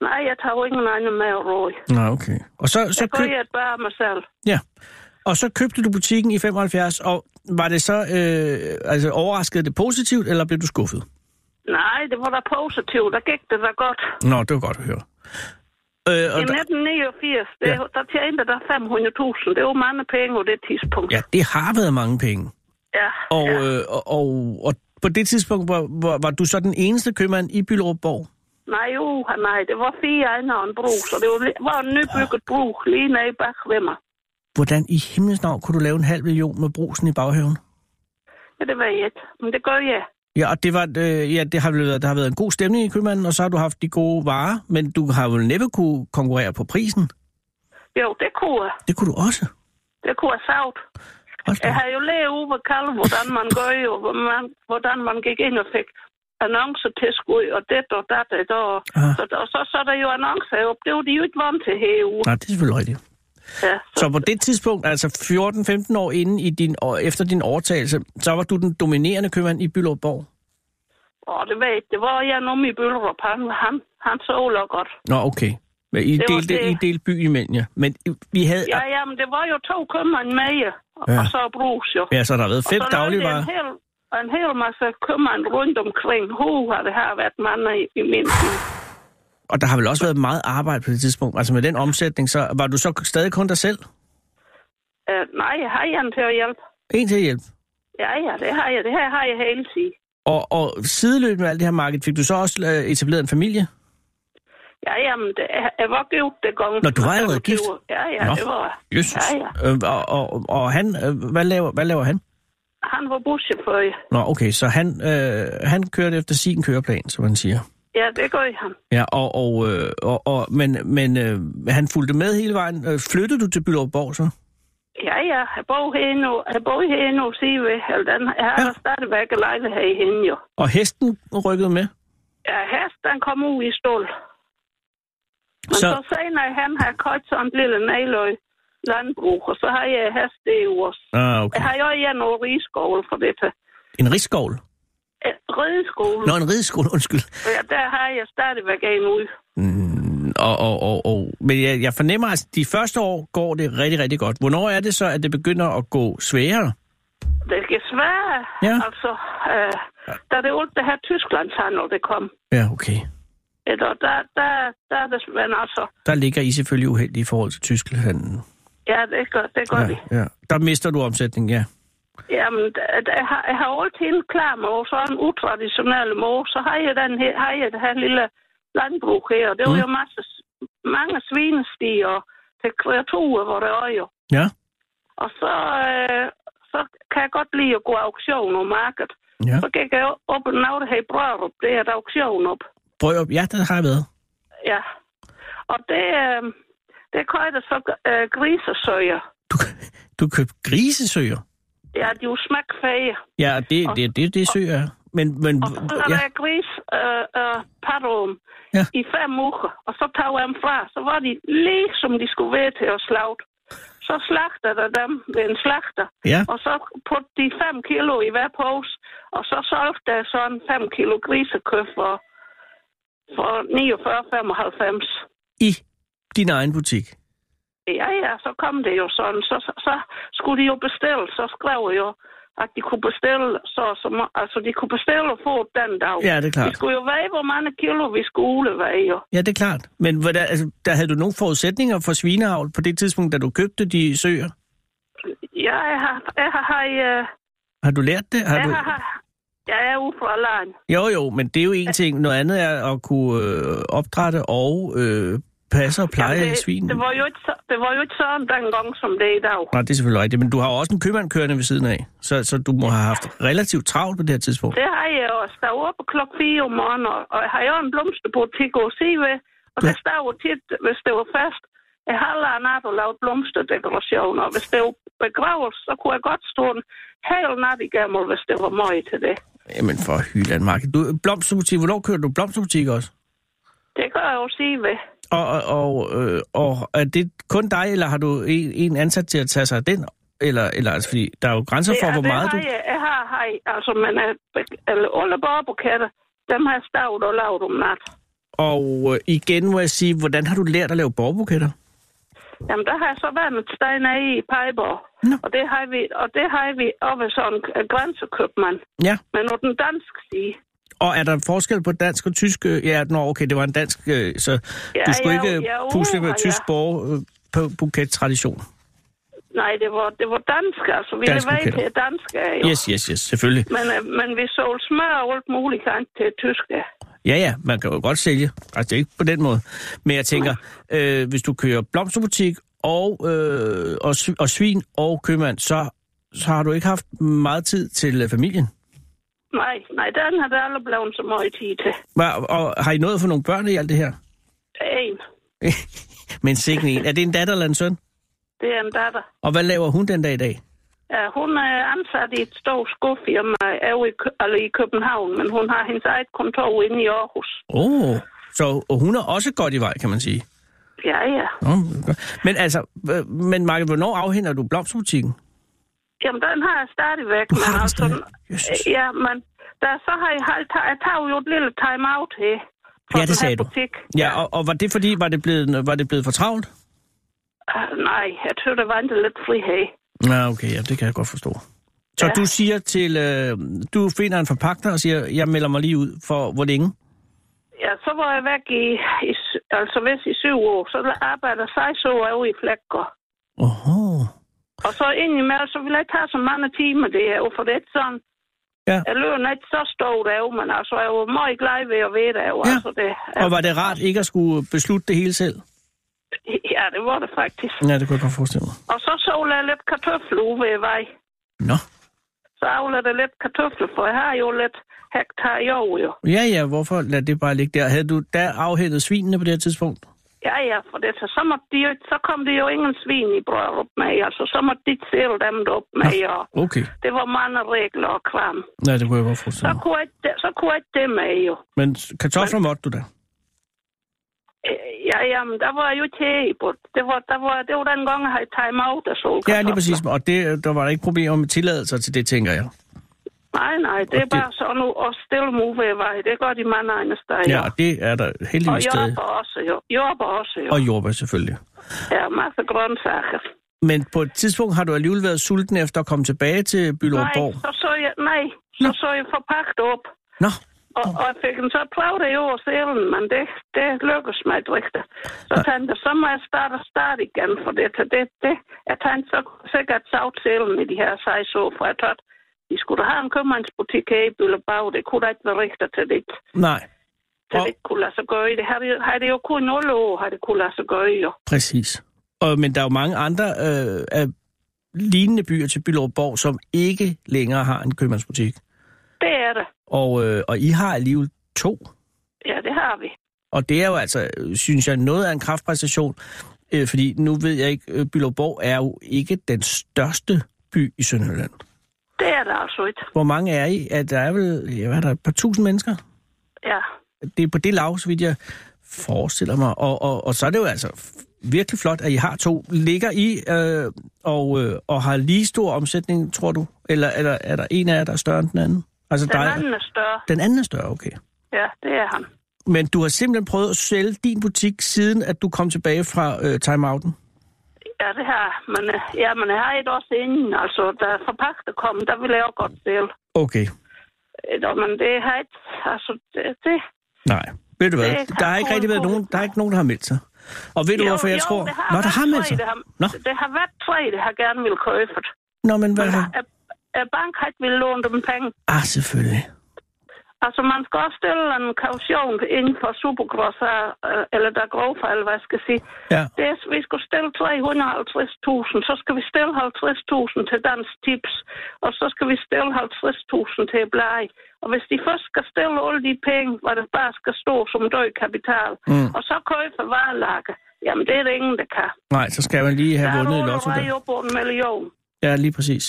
G: Nej, jeg tager ingen anden med råd.
D: Nej, okay. Og så, så,
G: Jeg
D: køb,
G: gør jeg bare mig selv.
D: ja. og så købte du butikken i 75, og var det så øh, altså, overrasket det positivt, eller blev du skuffet?
G: Nej, det var da positivt. Der gik det da godt.
D: Nå, det var godt at høre. Øh,
G: I
D: og der,
G: 1989, det,
D: Ja.
G: ja. der tjente der 500.000. Det var mange penge på det tidspunkt.
D: ja, det har været mange penge.
G: ja.
D: Og,
G: ja.
D: øh, og, og, og på det tidspunkt var, var, var du så den eneste købmand i Bylderupborg?
G: Nej, jo, nej, det var fire andre og en brug, så det var, var en nybygget brug lige nede bag ved mig.
D: Hvordan i himlens navn kunne du lave en halv million med brusen i baghaven?
G: Ja, det var jeg ikke. Men det gør jeg.
D: Ja, og det, var, øh, ja, det har vel været, der har været en god stemning i købmanden, og så har du haft de gode varer, men du har vel næppe kunne konkurrere på prisen.
G: Jo, det kunne jeg.
D: Det kunne du også.
G: Det kunne jeg savt.
D: Hold da.
G: Jeg
D: op.
G: har jo lært ude ved Kalle, hvordan man gør jo, hvordan, hvordan man gik ind og fik annoncetilskud, og det og dat og der.
D: Ah.
G: Så, og så, så er der jo annoncer op. Det var de jo ikke vant til herude.
D: Nej, det er selvfølgelig rigtigt.
G: Ja,
D: Så på det tidspunkt, altså 14-15 år inden i din, og efter din overtagelse, så var du den dominerende købmand i Bylderborg.
G: Åh, det ved jeg ikke. Det var jeg nu i Bøllerup. Han, han, han så godt.
D: Nå, okay. Men I
G: Det var
D: delte,
G: det.
D: I delte by imellem, ja. Men I- vi havde...
G: Ja, jamen, det var jo to købmænd med jer, ja. og så brugs jo.
D: Ja, så der har været fem
G: og så løb det
D: dagligvarer.
G: En hel, en hel masse købmænd rundt omkring. Hu, har det her været mange i, i min tid.
D: Og der har vel også været meget arbejde på det tidspunkt. Altså med den omsætning, så var du så stadig kun dig selv?
G: Uh, nej, jeg har jeg til at hjælpe.
D: En til hjælp.
G: Ja, ja, det har jeg. Det her har jeg hele tiden.
D: Og, og sideløbende med alt det her marked, fik du så også øh, etableret en familie?
G: Ja, jamen, det, jeg- jeg var gift det gang.
D: Nå, du var allerede gift?
G: Ja, ja,
D: Nå.
G: det var jeg.
D: Jesus.
G: Ja, ja.
D: Øh, og, og, og han, øh, hvad, laver, hvad laver han?
G: Han var buschauffør.
D: Nå, okay, så han, øh, han kørte efter sin køreplan, som man siger.
G: Ja, det gør han.
D: Ja, og, og, øh, og, og men, men øh, han fulgte med hele vejen. Øh, Flyttede du til Bylderborg så?
G: Ja, ja, jeg bor her nu. Jeg bor her nu, siger vi. Eller den, jeg har
D: Ja.
G: ja. stadigvæk en lejlighed i hende, jo.
D: Og hesten rykkede med?
G: Ja, hest, den kom ud i stål. Men så,
D: Så-
G: så senere, han har købt sådan en lille næløg landbrug, og så har jeg hest det i også.
D: Ah, okay.
G: Jeg har jo igen noget rigskole for det.
D: En ridskovl?
G: Rideskole,
D: Nå, en rideskole, undskyld.
G: ja, der har jeg stadigvæk en ude.
D: Mm, Og, og, og, og, men jeg, jeg fornemmer, at de første år går det rigtig, rigtig godt. Hvornår er det så, at det begynder at gå sværere?
G: Det skal svære.
D: Ja.
G: Altså, øh, da det alt det her Tysklandshandel, det kom.
D: Ja, okay.
G: Eller, der, der, der er det, men altså,
D: Der ligger I selvfølgelig uheldig i forhold til Tyskland.
G: ja, det gør, det gør ja. vi.
D: Ja, ja. Der mister du omsætning, ja.
G: Jamen, da- da- jeg har, jeg har altid en klar mor, så en utraditionel mor, så har jeg, den her, har jeg det her lille landbrug her, og det var
D: Mm.
G: jo masse, mange svinestier til kreaturer, hvor det er jo.
D: Ja.
G: Og så, øh, så kan jeg godt lide at gå auktion og markedet.
D: Ja.
G: Så gik jeg op og noget, der hedder Brørup, det er et auktion op.
D: Brørup, ja, det har jeg været.
G: Ja. Og det, øh, det køjte så øh, grisesøger.
D: Du, du købte grisesøger.
G: Ja, de er jo smagfæge.
D: Ja, det, det, det, det søger jeg. Men, men,
G: Og så lavede
D: ja,
G: jeg gris øh, øh, padderum
D: Ja.
G: ja. i fem uger, og så tog jeg dem fra. Så var de lige som de skulle være til at slagte. Så slagtede jeg dem ved en slagter,
D: ja,
G: og så puttede de fem kilo i hver pose, og så solgte jeg sådan fem kilo grisekød for, for 49,95.
D: i din egen butik.
G: Ja, ja, så kom det jo sådan. Så, så, så skulle de jo bestille, så skrev jeg jo, at de kunne bestille, så, så, må- altså de kunne bestille og få den dag.
D: Ja, det er
G: Vi
D: klart.
G: skulle jo veje, hvor mange kilo vi skulle veje, jo.
D: Ja, det er klart. Men hvordan, altså, der havde du nogle forudsætninger for svineavl på det tidspunkt, da du købte de søer?
G: Ja, jeg har, jeg har, jeg, øh,
D: Har du lært det? Har
G: jeg
D: du...
G: har, jeg er ude fra land.
D: Jo, jo, men det er jo en ting. Noget andet er at kunne øh, opdrætte og øh, passe og pleje
G: Jamen,
D: Jamen,
G: det,
D: svin.
G: det, var jo ikke, så- det var jo ikke sådan dengang, som det er i dag.
D: Nej, det er selvfølgelig rigtigt, men du har jo også en købmand kørende ved siden af, så, så du må have haft relativt travlt på det her tidspunkt.
G: Det har jeg også. Der var oppe klokken 4 om morgenen, og- og jeg har jo en blomsterbutik på Sive, og der står jo tit, hvis det var fast, jeg halv af nat og lavede blomsterdekorationer, og hvis det var begravelse, så kunne jeg godt stå den halv nat igennem, hvis det var meget til det.
D: Jamen for hylden, Mark. Du, blomsterbutik, hvornår kører du blomsterbutik også?
G: Det gør jeg jo Sive.
D: Og, og, og, øh, og er det kun dig, eller har du en, en ansat til at tage sig af den? Eller, eller altså, fordi der er jo grænser for,
G: Ja,
D: hvor
G: det
D: meget
G: har
D: du...
G: Jeg, jeg har, har jeg, altså, men øh, be- eller alle barbuketter, dem har jeg stavet og lavet om nat.
D: Og øh, igen må jeg sige, hvordan har du lært at lave borgbuketter?
G: Jamen, der har jeg så været med Steiner i Pejborg.
D: Nå.
G: Og det har vi, og det har vi oppe sådan en øh, grænsekøbmand.
D: Ja,
G: Men på den danske side.
D: og er der forskel på dansk og tysk? øh, Ja, nå, okay, det var en dansk, øh, så
G: Ja,
D: du skulle
G: ja,
D: ikke
G: ja, uh,
D: pusle med
G: ja.
D: tysk øh, borgbuket-tradition.
G: Nej, det var, det var dansk, altså. Vi
D: Dansk
G: er vej
D: buketter.
G: til dansk, er jo.
D: Yes, yes, yes, selvfølgelig.
G: Men, øh, men vi solgte smør og alt muligt kan til tyske.
D: Ja, ja, man kan jo godt sælge. Altså, det er ikke på den måde. Men jeg tænker, øh, hvis du kører blomsterbutik og, øh, og, sv- og svin og købmand, så, så har du ikke haft meget tid til øh, familien.
G: Nej, nej, den har der aldrig blevet så meget tid til.
D: Og, og har I nået at få nogle børn i alt det her?
G: En,
D: Men sikkert en. Er det en datter eller en søn?
G: det er en datter.
D: Og hvad laver hun den dag i dag?
G: Ja, hun er ansat i et stort skofirma er jo i, Kø- eller i København, men hun har hendes eget kontor inde i Aarhus.
D: Åh, oh, så og hun er også godt i vej, kan man sige.
G: Ja, ja.
D: Nå, godt. men altså, øh, men Marke, hvornår afhænder du blomsterbutikken?
G: Jamen, den har jeg stadigvæk.
D: Du har
G: men
D: den
G: altså,
D: stadig? Jesus.
G: Ja, men der, så har jeg, holdt, jeg tager jo et lille time-out her. fra
D: Ja, det
G: den her
D: sagde du.
G: butik.
D: Ja, og, og var det fordi, var det blevet, var det blevet for travlt?
G: Ah, Nej, jeg tror, der var en lidt frihed.
D: Ja, okay, ja, det kan jeg godt forstå. Så ja.
G: Ja.
D: du siger til, øh, du finder en forpagter og siger, jeg melder mig lige ud for hvor længe?
G: Ja, så var jeg væk i, i s- altså hvis i syv år, så arbejder jeg seks år over i Flækker.
D: Åh,
G: Og så ind i så ville jeg ikke have så mange timer det her, for det er ikke sådan,
D: Ja.
G: jeg løb ikke så stor der, men altså, jeg var meget glad ved at være der.
D: Ja.
G: Ja. Altså, det,
D: og var det rart ikke at skulle beslutte det hele selv?
G: Ja, det var det faktisk.
D: Ja, det kunne jeg godt forestille mig.
G: Og så så jeg lidt kartofler ude ved vej.
D: Nå.
G: Så afler det lidt kartofler, for jeg har jo lidt hektar jord jo.
D: Ja, ja, hvorfor lad det bare ligge der? Havde du da afhændet svinene på det her tidspunkt?
G: Ja, ja, for det, så, så, måtte de, jo- så kom det jo ingen svin i brød op med, altså så måtte de sælge dem op med, og
D: Okay,
G: det var mange regler og kram.
D: ja, det kunne jeg godt
G: Så
D: forestille mig.
G: kunne jeg, ikke det- så kunne jeg ikke det med jo.
D: Men s- kartofler måtte du da?
G: Øh, Ja, jamen, der var jeg jo til, but det var, der var, det var den gang, jeg havde time out af solkartofler.
D: Ja, lige præcis. Og det, der var der ikke problemer med tilladelser til det, tænker jeg.
G: Nej, nej, det
D: Og
G: er
D: det-
G: bare sådan nu og stille motorvej. Det gør de mange andre steder.
D: Ja, og det er der
G: og
D: heldigvis stadig.
G: jordbær også, jo. Jordbær også, jo.
D: Og jordbær selvfølgelig.
G: Ja, masser af grøntsager.
D: Men på et tidspunkt har du alligevel været sulten efter at komme tilbage til
G: Nej,
D: Bylundborg.
G: så så jeg, nej, så så jeg forpagt op.
D: Nå,
G: Og, og jeg fik den så plagt i over sælen, men det, det lykkedes mig ikke rigtigt. Så tænkte jeg, så må jeg starte og starte igen for det. Så det, det jeg tænkte så sikkert savt sælen i de her seks år, for jeg tørt, de skulle da have en købmandsbutik her i Bøllebag. Det kunne da ikke være rigtigt til det.
D: nej,
G: Det
D: Og-
G: ikke kunne lade sig gøre. Det har det- har det jo kun 0 år, har det kunne lade sig gøre, jo.
D: præcis. Og, men der er jo mange andre øh, af lignende byer til Bylundborg, som ikke længere har en købmandsbutik.
G: Det er det.
D: Og, øh, og I har alligevel to.
G: Ja, det har vi.
D: Og det er jo altså, øh, synes jeg, noget af en kraftpræstation. Øh, fordi nu ved jeg ikke, øh, Bylundborg er jo ikke den største by i Sønderjylland.
G: Det er det altså ikke.
D: Hvor mange er I? Er der er vel ja, hvad er der, et par tusind mennesker?
G: Ja.
D: det er på det lav, så vidt jeg forestiller mig. Og, og, og så er det jo altså f- virkelig flot, at I har to. Ligger I øh, og, øh, og har lige stor omsætning, tror du? Eller, eller er der en af jer, der er større end den anden? Altså
G: Den
D: dig,
G: anden er større.
D: den anden er større, okay.
G: Ja, det er han.
D: Men du har simpelthen prøvet at sælge din butik, siden at du kom tilbage fra øh, timeouten?
G: Ja, det her. Men, øh, ja, men jeg har et også inden. Altså, da forpagter kom, der ville jeg jo godt sælge.
D: Okay,
G: Et, og, men det har ikke... Altså, det... det
D: nej. Ved du hvad,
G: Det kan
D: der har ikke
G: kun
D: rigtig været
G: gå
D: nogen,
G: ud.
D: der er ikke nogen, der har meldt sig. Og ved du, hvorfor jeg tror...
G: det har
D: Nå,
G: været
D: der har meldt
G: tre,
D: sig.
G: Det har,
D: Nå.
G: det har været tre, det har gerne ville købe. det.
D: Nå, men hvad
G: Men
D: har...
G: at, at bank har ikke ville låne dem penge.
D: Ah, selvfølgelig.
G: Altså, man skal også stille en kaution inden for Supercross, her, øh, eller der er grov for, eller hvad jeg skal sige.
D: Ja,
G: Det er, vi skulle stille 350.000, så skal vi stille 50.000 til dansk tips, og så skal vi stille 50.000 til blege. Og hvis de først skal stille alle de penge, hvor det bare skal stå som død kapital, mm. og så købe varelager, jamen det er det ingen, der kan.
D: nej, så skal man lige
G: Der
D: have
G: er
D: vundet i
G: du
D: lotto der.
G: allerede op på en million.
D: Ja, lige præcis.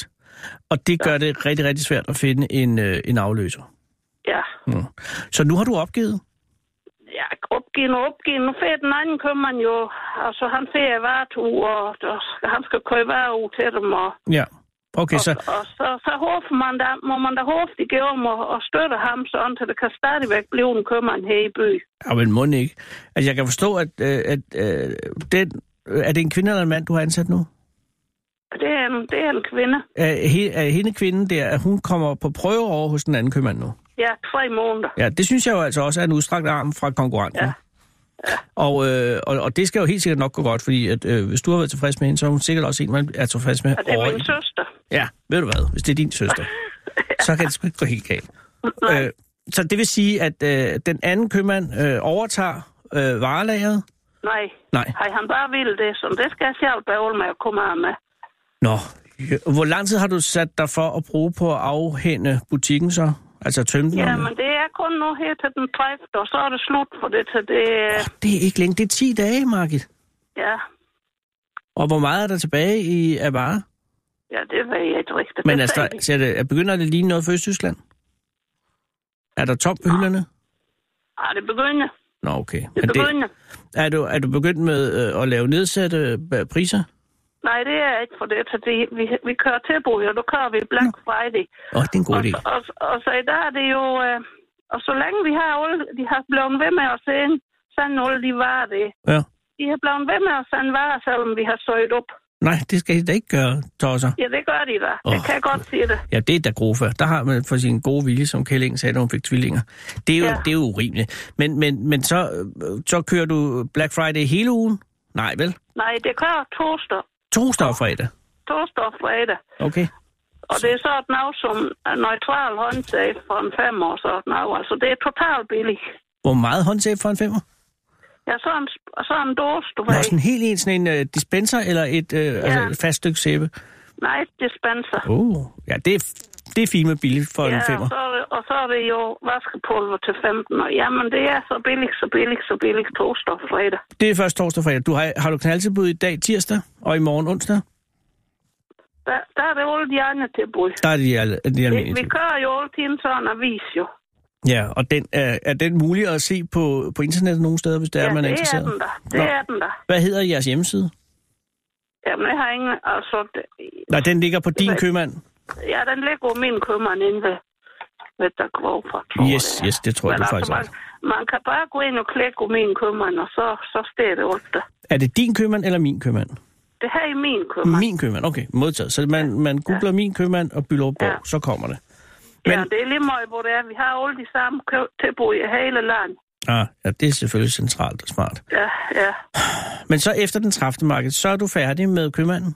D: Og det gør det rigtig, rigtig svært at finde en, øh, en afløser.
G: Ja,
D: Mm. Så nu har du opgivet?
G: ja opgiven og opgiven. Nu får den anden købmand jo, altså han får hvert uge, og, og han skal købe hver uge til dem, og
D: Ja. Okay, så,
G: Og, og så, så håber man da, må man da håbe, de giver mig og støtter ham, sådan, så det kan stadigvæk blive en købmand her i byen.
D: ja, men må den ikke. Altså, jeg kan forstå, at, øh, at øh, den, øh, er det en kvinde eller en mand, du har ansat nu?
G: Det er en, det er en kvinde.
D: Er, he- er hende kvinden der, at hun kommer på prøve over hos den anden købmand nu?
G: Ja, tre måneder.
D: Ja, det synes jeg jo altså også er en udstrakt arm fra konkurrenten. Ja. Og, øh, og, og det skal jo helt sikkert nok gå godt, fordi at, øh, hvis du har været tilfreds med hende, så er hun sikkert også en, man er tilfreds med.
G: Og det er
D: over
G: min
D: i-
G: søster.
D: Ja, ved du hvad, hvis det er din søster, så kan det sgu ikke gå helt galt. Øh, så det vil sige, at øh, den anden købmand øh, overtager øh, varelageret?
G: Nej,
D: Nej.
G: har han bare ville det, så det skal jeg selv bævle med at komme af med.
D: Nå, ja. hvor lang tid har du sat dig for at bruge på at afhænde butikken så? Altså at tømme den?
G: Ja,
D: om-
G: men det er kun nu her til den 30. og så er det slut for det til det. øh,
D: Det er ikke længe, det er 10 dage, Margit.
G: Ja,
D: Og hvor meget er der tilbage i, af varer?
G: ja det ved jeg ikke rigtigt.
D: Men
G: Det
D: altså,
G: ved
D: der,
G: jeg ikke.
D: ser det, er- begynder det lige noget for Østtyskland? Er der tomt på hylderne?
G: Ej, det begynder.
D: Nå, okay. Men
G: Det begynder.
D: er, du, er du begyndt med øh, at lave nedsatte øh, priser?
G: Nej, det er ikke for det, så det, vi, vi kører tilbud, og nu kører vi Black Friday.
D: Åh, oh, det er en god idé.
G: Og, og, og så i dag er det jo... Øh, og så længe vi har alle, de har blevet ved med at sende, sende alle de varer det.
D: Ja.
G: De har blevet ved med at sende varer, selvom vi har søgt op.
D: Nej, det skal I da ikke gøre, tosser.
G: Ja, det gør de da. Det
D: Åh.
G: kan jeg godt sige det.
D: Ja, det er da grofa. Der har man for sin gode vilje, som Kjell Ingen sagde, at hun fik tvillinger. Det er jo, ja.
G: Ja.
D: det er jo urimeligt. Men, men, men så, øh, så kører du Black Friday hele ugen? Nej, vel?
G: Nej, det kører torsdag,
D: Torsdag og fredag.
G: torsdag og fredag.
D: Okay.
G: Og det er sådan noget som en neutral håndsag for en fem år sådan noget. Altså, det er totalt billigt.
D: Hvor meget håndtæp for en femmer?
G: Ja, så en, så en dåse, du
D: Nå,
G: ved.
D: sådan helt en, sådan en øh, dispenser eller et, øh, ja. altså et fast stykke sæbe?
G: Nej, dispenser.
D: Oh, ja, det er, f- det er fint med billigt for ja, en
G: Ja,
D: femmer.
G: og så, er det, og så er det jo vaskepulver til 15. Og jamen, det er så billigt, så billigt, så billigt torsdag og fredag.
D: Det er først torsdag og fredag. Du har, har du knaldtilbud i dag tirsdag og i morgen onsdag?
G: Der, der er det alle de andre tilbud.
D: Der er de, alle- de
G: Vi,
D: almindelige.
G: vi kører jo alle tiden sådan en avis, jo.
D: Ja, og den, er, er den mulig at se på, på internettet nogle steder, hvis det er,
G: ja,
D: man er
G: det
D: interesseret?
G: er den der. Det
D: Nå.
G: er den der.
D: Hvad hedder jeres hjemmeside?
G: Jamen, jeg har ingen... Altså, det,
D: Nej, den ligger på din
G: ved jeg
D: købmand.
G: ja, den ligger jo min købmand inde ved. med der grofer, tror
D: Yes,
G: jeg.
D: yes, det tror jeg,
G: Men
D: du faktisk
G: man, man kan bare gå ind og klikke på min købmand, og så, så står det alt der.
D: Er det din købmand eller min købmand?
G: Det her er min købmand.
D: Min købmand, okay, modtaget. Så man, man googler min købmand og Bylov ja. så kommer det.
G: men... Ja,
D: men-
G: det er lige meget, hvor det er. Vi har alle de samme køb tilbud i hele landet.
D: Ah, ja, det er selvfølgelig centralt og smart.
G: Ja, ja.
D: Men så efter den 30. marked, så er du færdig med købmanden.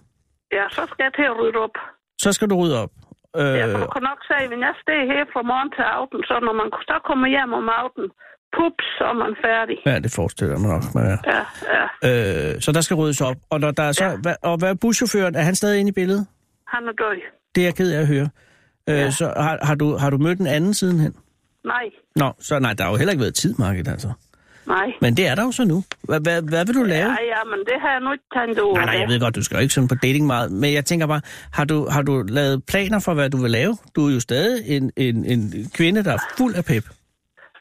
G: Ja, så skal jeg til at rydde op.
D: Så skal du rydde op.
G: Øh... Jeg
D: Øh,
G: kan nok sige, at jeg står her fra morgen til aften, så når man så kommer hjem om aften, pups, så er man færdig.
D: ja, det forestiller jeg mig nok. Man er.
G: Ja, ja.
D: Øh, så der skal ryddes op. Og, når der er så, ja. hvad, og hvad er buschaufføren? Er han stadig inde i billedet?
G: Han er død.
D: Det er jeg ked af at høre. Øh, ja. Så har, har, du, har du mødt en anden sidenhen?
G: Nej,
D: Nå, så nej, der har jo heller ikke været tidmarked, altså.
G: nej.
D: Men det er der jo så nu. Hvad, hvad, hvad vil du lave?
G: Ja, ja, men det har jeg nu ikke tænkt over.
D: Nej, nej, jeg ved godt, du skal jo ikke sådan på dating meget, men jeg tænker bare, har du, har du lavet planer for, hvad du vil lave? Du er jo stadig en, en, en kvinde, der er fuld af pep.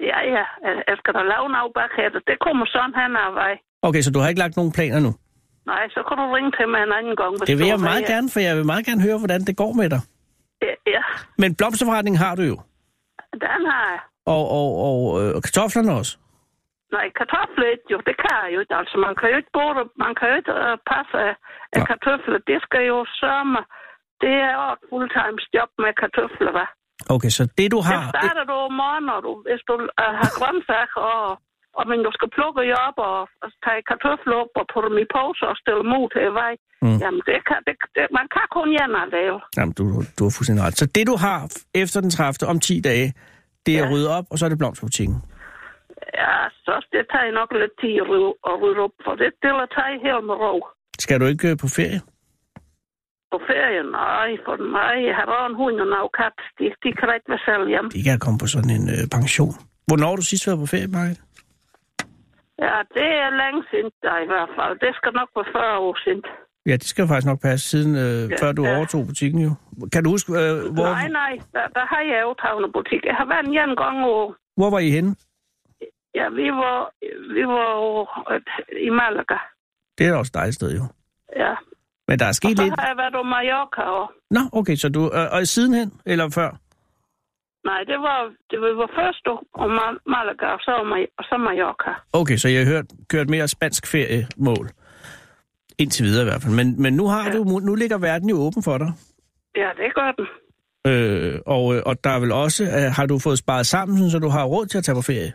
G: Ja, ja, jeg- jeg skal da lave noget bagkætter. Det kommer sådan hen ad vej.
D: Okay, så du har ikke lagt nogen planer nu?
G: Nej, så kan du ringe til mig en anden gang. Hvis
D: Det vil
G: du
D: jeg
G: er
D: meget
G: med.
D: gerne, for jeg vil meget gerne høre, hvordan det går med dig.
G: Ja, ja.
D: Men blomsterforretningen har du jo,
G: den har jeg.
D: og, og, og øh, kartoflerne også.
G: Nej, kartofler ikke jo, det kan jeg jo ikke. Altså, man kan jo ikke bruge det. Man kan jo ikke uh, passe af, af
D: Nej.
G: kartofler. Det skal jo sørme. Det er jo et fulltimes job med kartofler, hva'?
D: Okay, så det du
G: Det
D: har...
G: starter du om morgenen, og du, hvis du uh, har grøntsager, og, og men du skal plukke i op og, og tage kartofler op og putte dem i pose og stille dem ud til vej.
D: Mm.
G: Mm. Jamen, det kan, det, det, man kan kun hjemme at lave.
D: Jamen, du, du har fuldstændig ret. Så det du har f- efter den 30. om 10 dage, det er at rydde op, og så er det blomsterbutikken.
G: Ja, så det tager nok lidt tid at rydde, at rydde op, for det, det lader tage helt med ro.
D: Skal du ikke øh, på ferie?
G: På ferien, nej, for nej, jeg har bare en hund og noget kat. De, de kan da ikke være selv hjem.
D: Det kan jeg komme på sådan en øh, pension. Hvornår har du sidst været på ferie, Market?
G: Ja, det er længe siden, da, i hvert fald. Det skal nok være 40 år siden.
D: Ja, det skal faktisk nok passe, siden øh, før du
G: ja.
D: overtog butikken jo. Kan du huske, øh, hvor,
G: Nej, nej, der, der har jeg jo tavne butik. Jeg har været en gang over
D: hvor var I henne?
G: Ja, vi var, vi var jo, øh, i Malaga.
D: Det er da også et dejligt sted jo.
G: Ja.
D: Men der er sket
G: Så
D: lidt...
G: har jeg været på Mallorca og...
D: Nå, okay, så du... Øh, og sidenhen, eller før?
G: Nej, det var, det var først om Malaga og så, Ma- og så Mallorca.
D: Okay, så jeg har hørt, kørt mere spansk feriemål. Indtil videre i hvert fald. Men, men nu, har ja. du, nu ligger verden jo åben for dig.
G: Ja, det gør den.
D: Øh, og, øh, og der er vel også... Øh, har du fået sparet sammen, sådan så du har råd til at tage på ferie?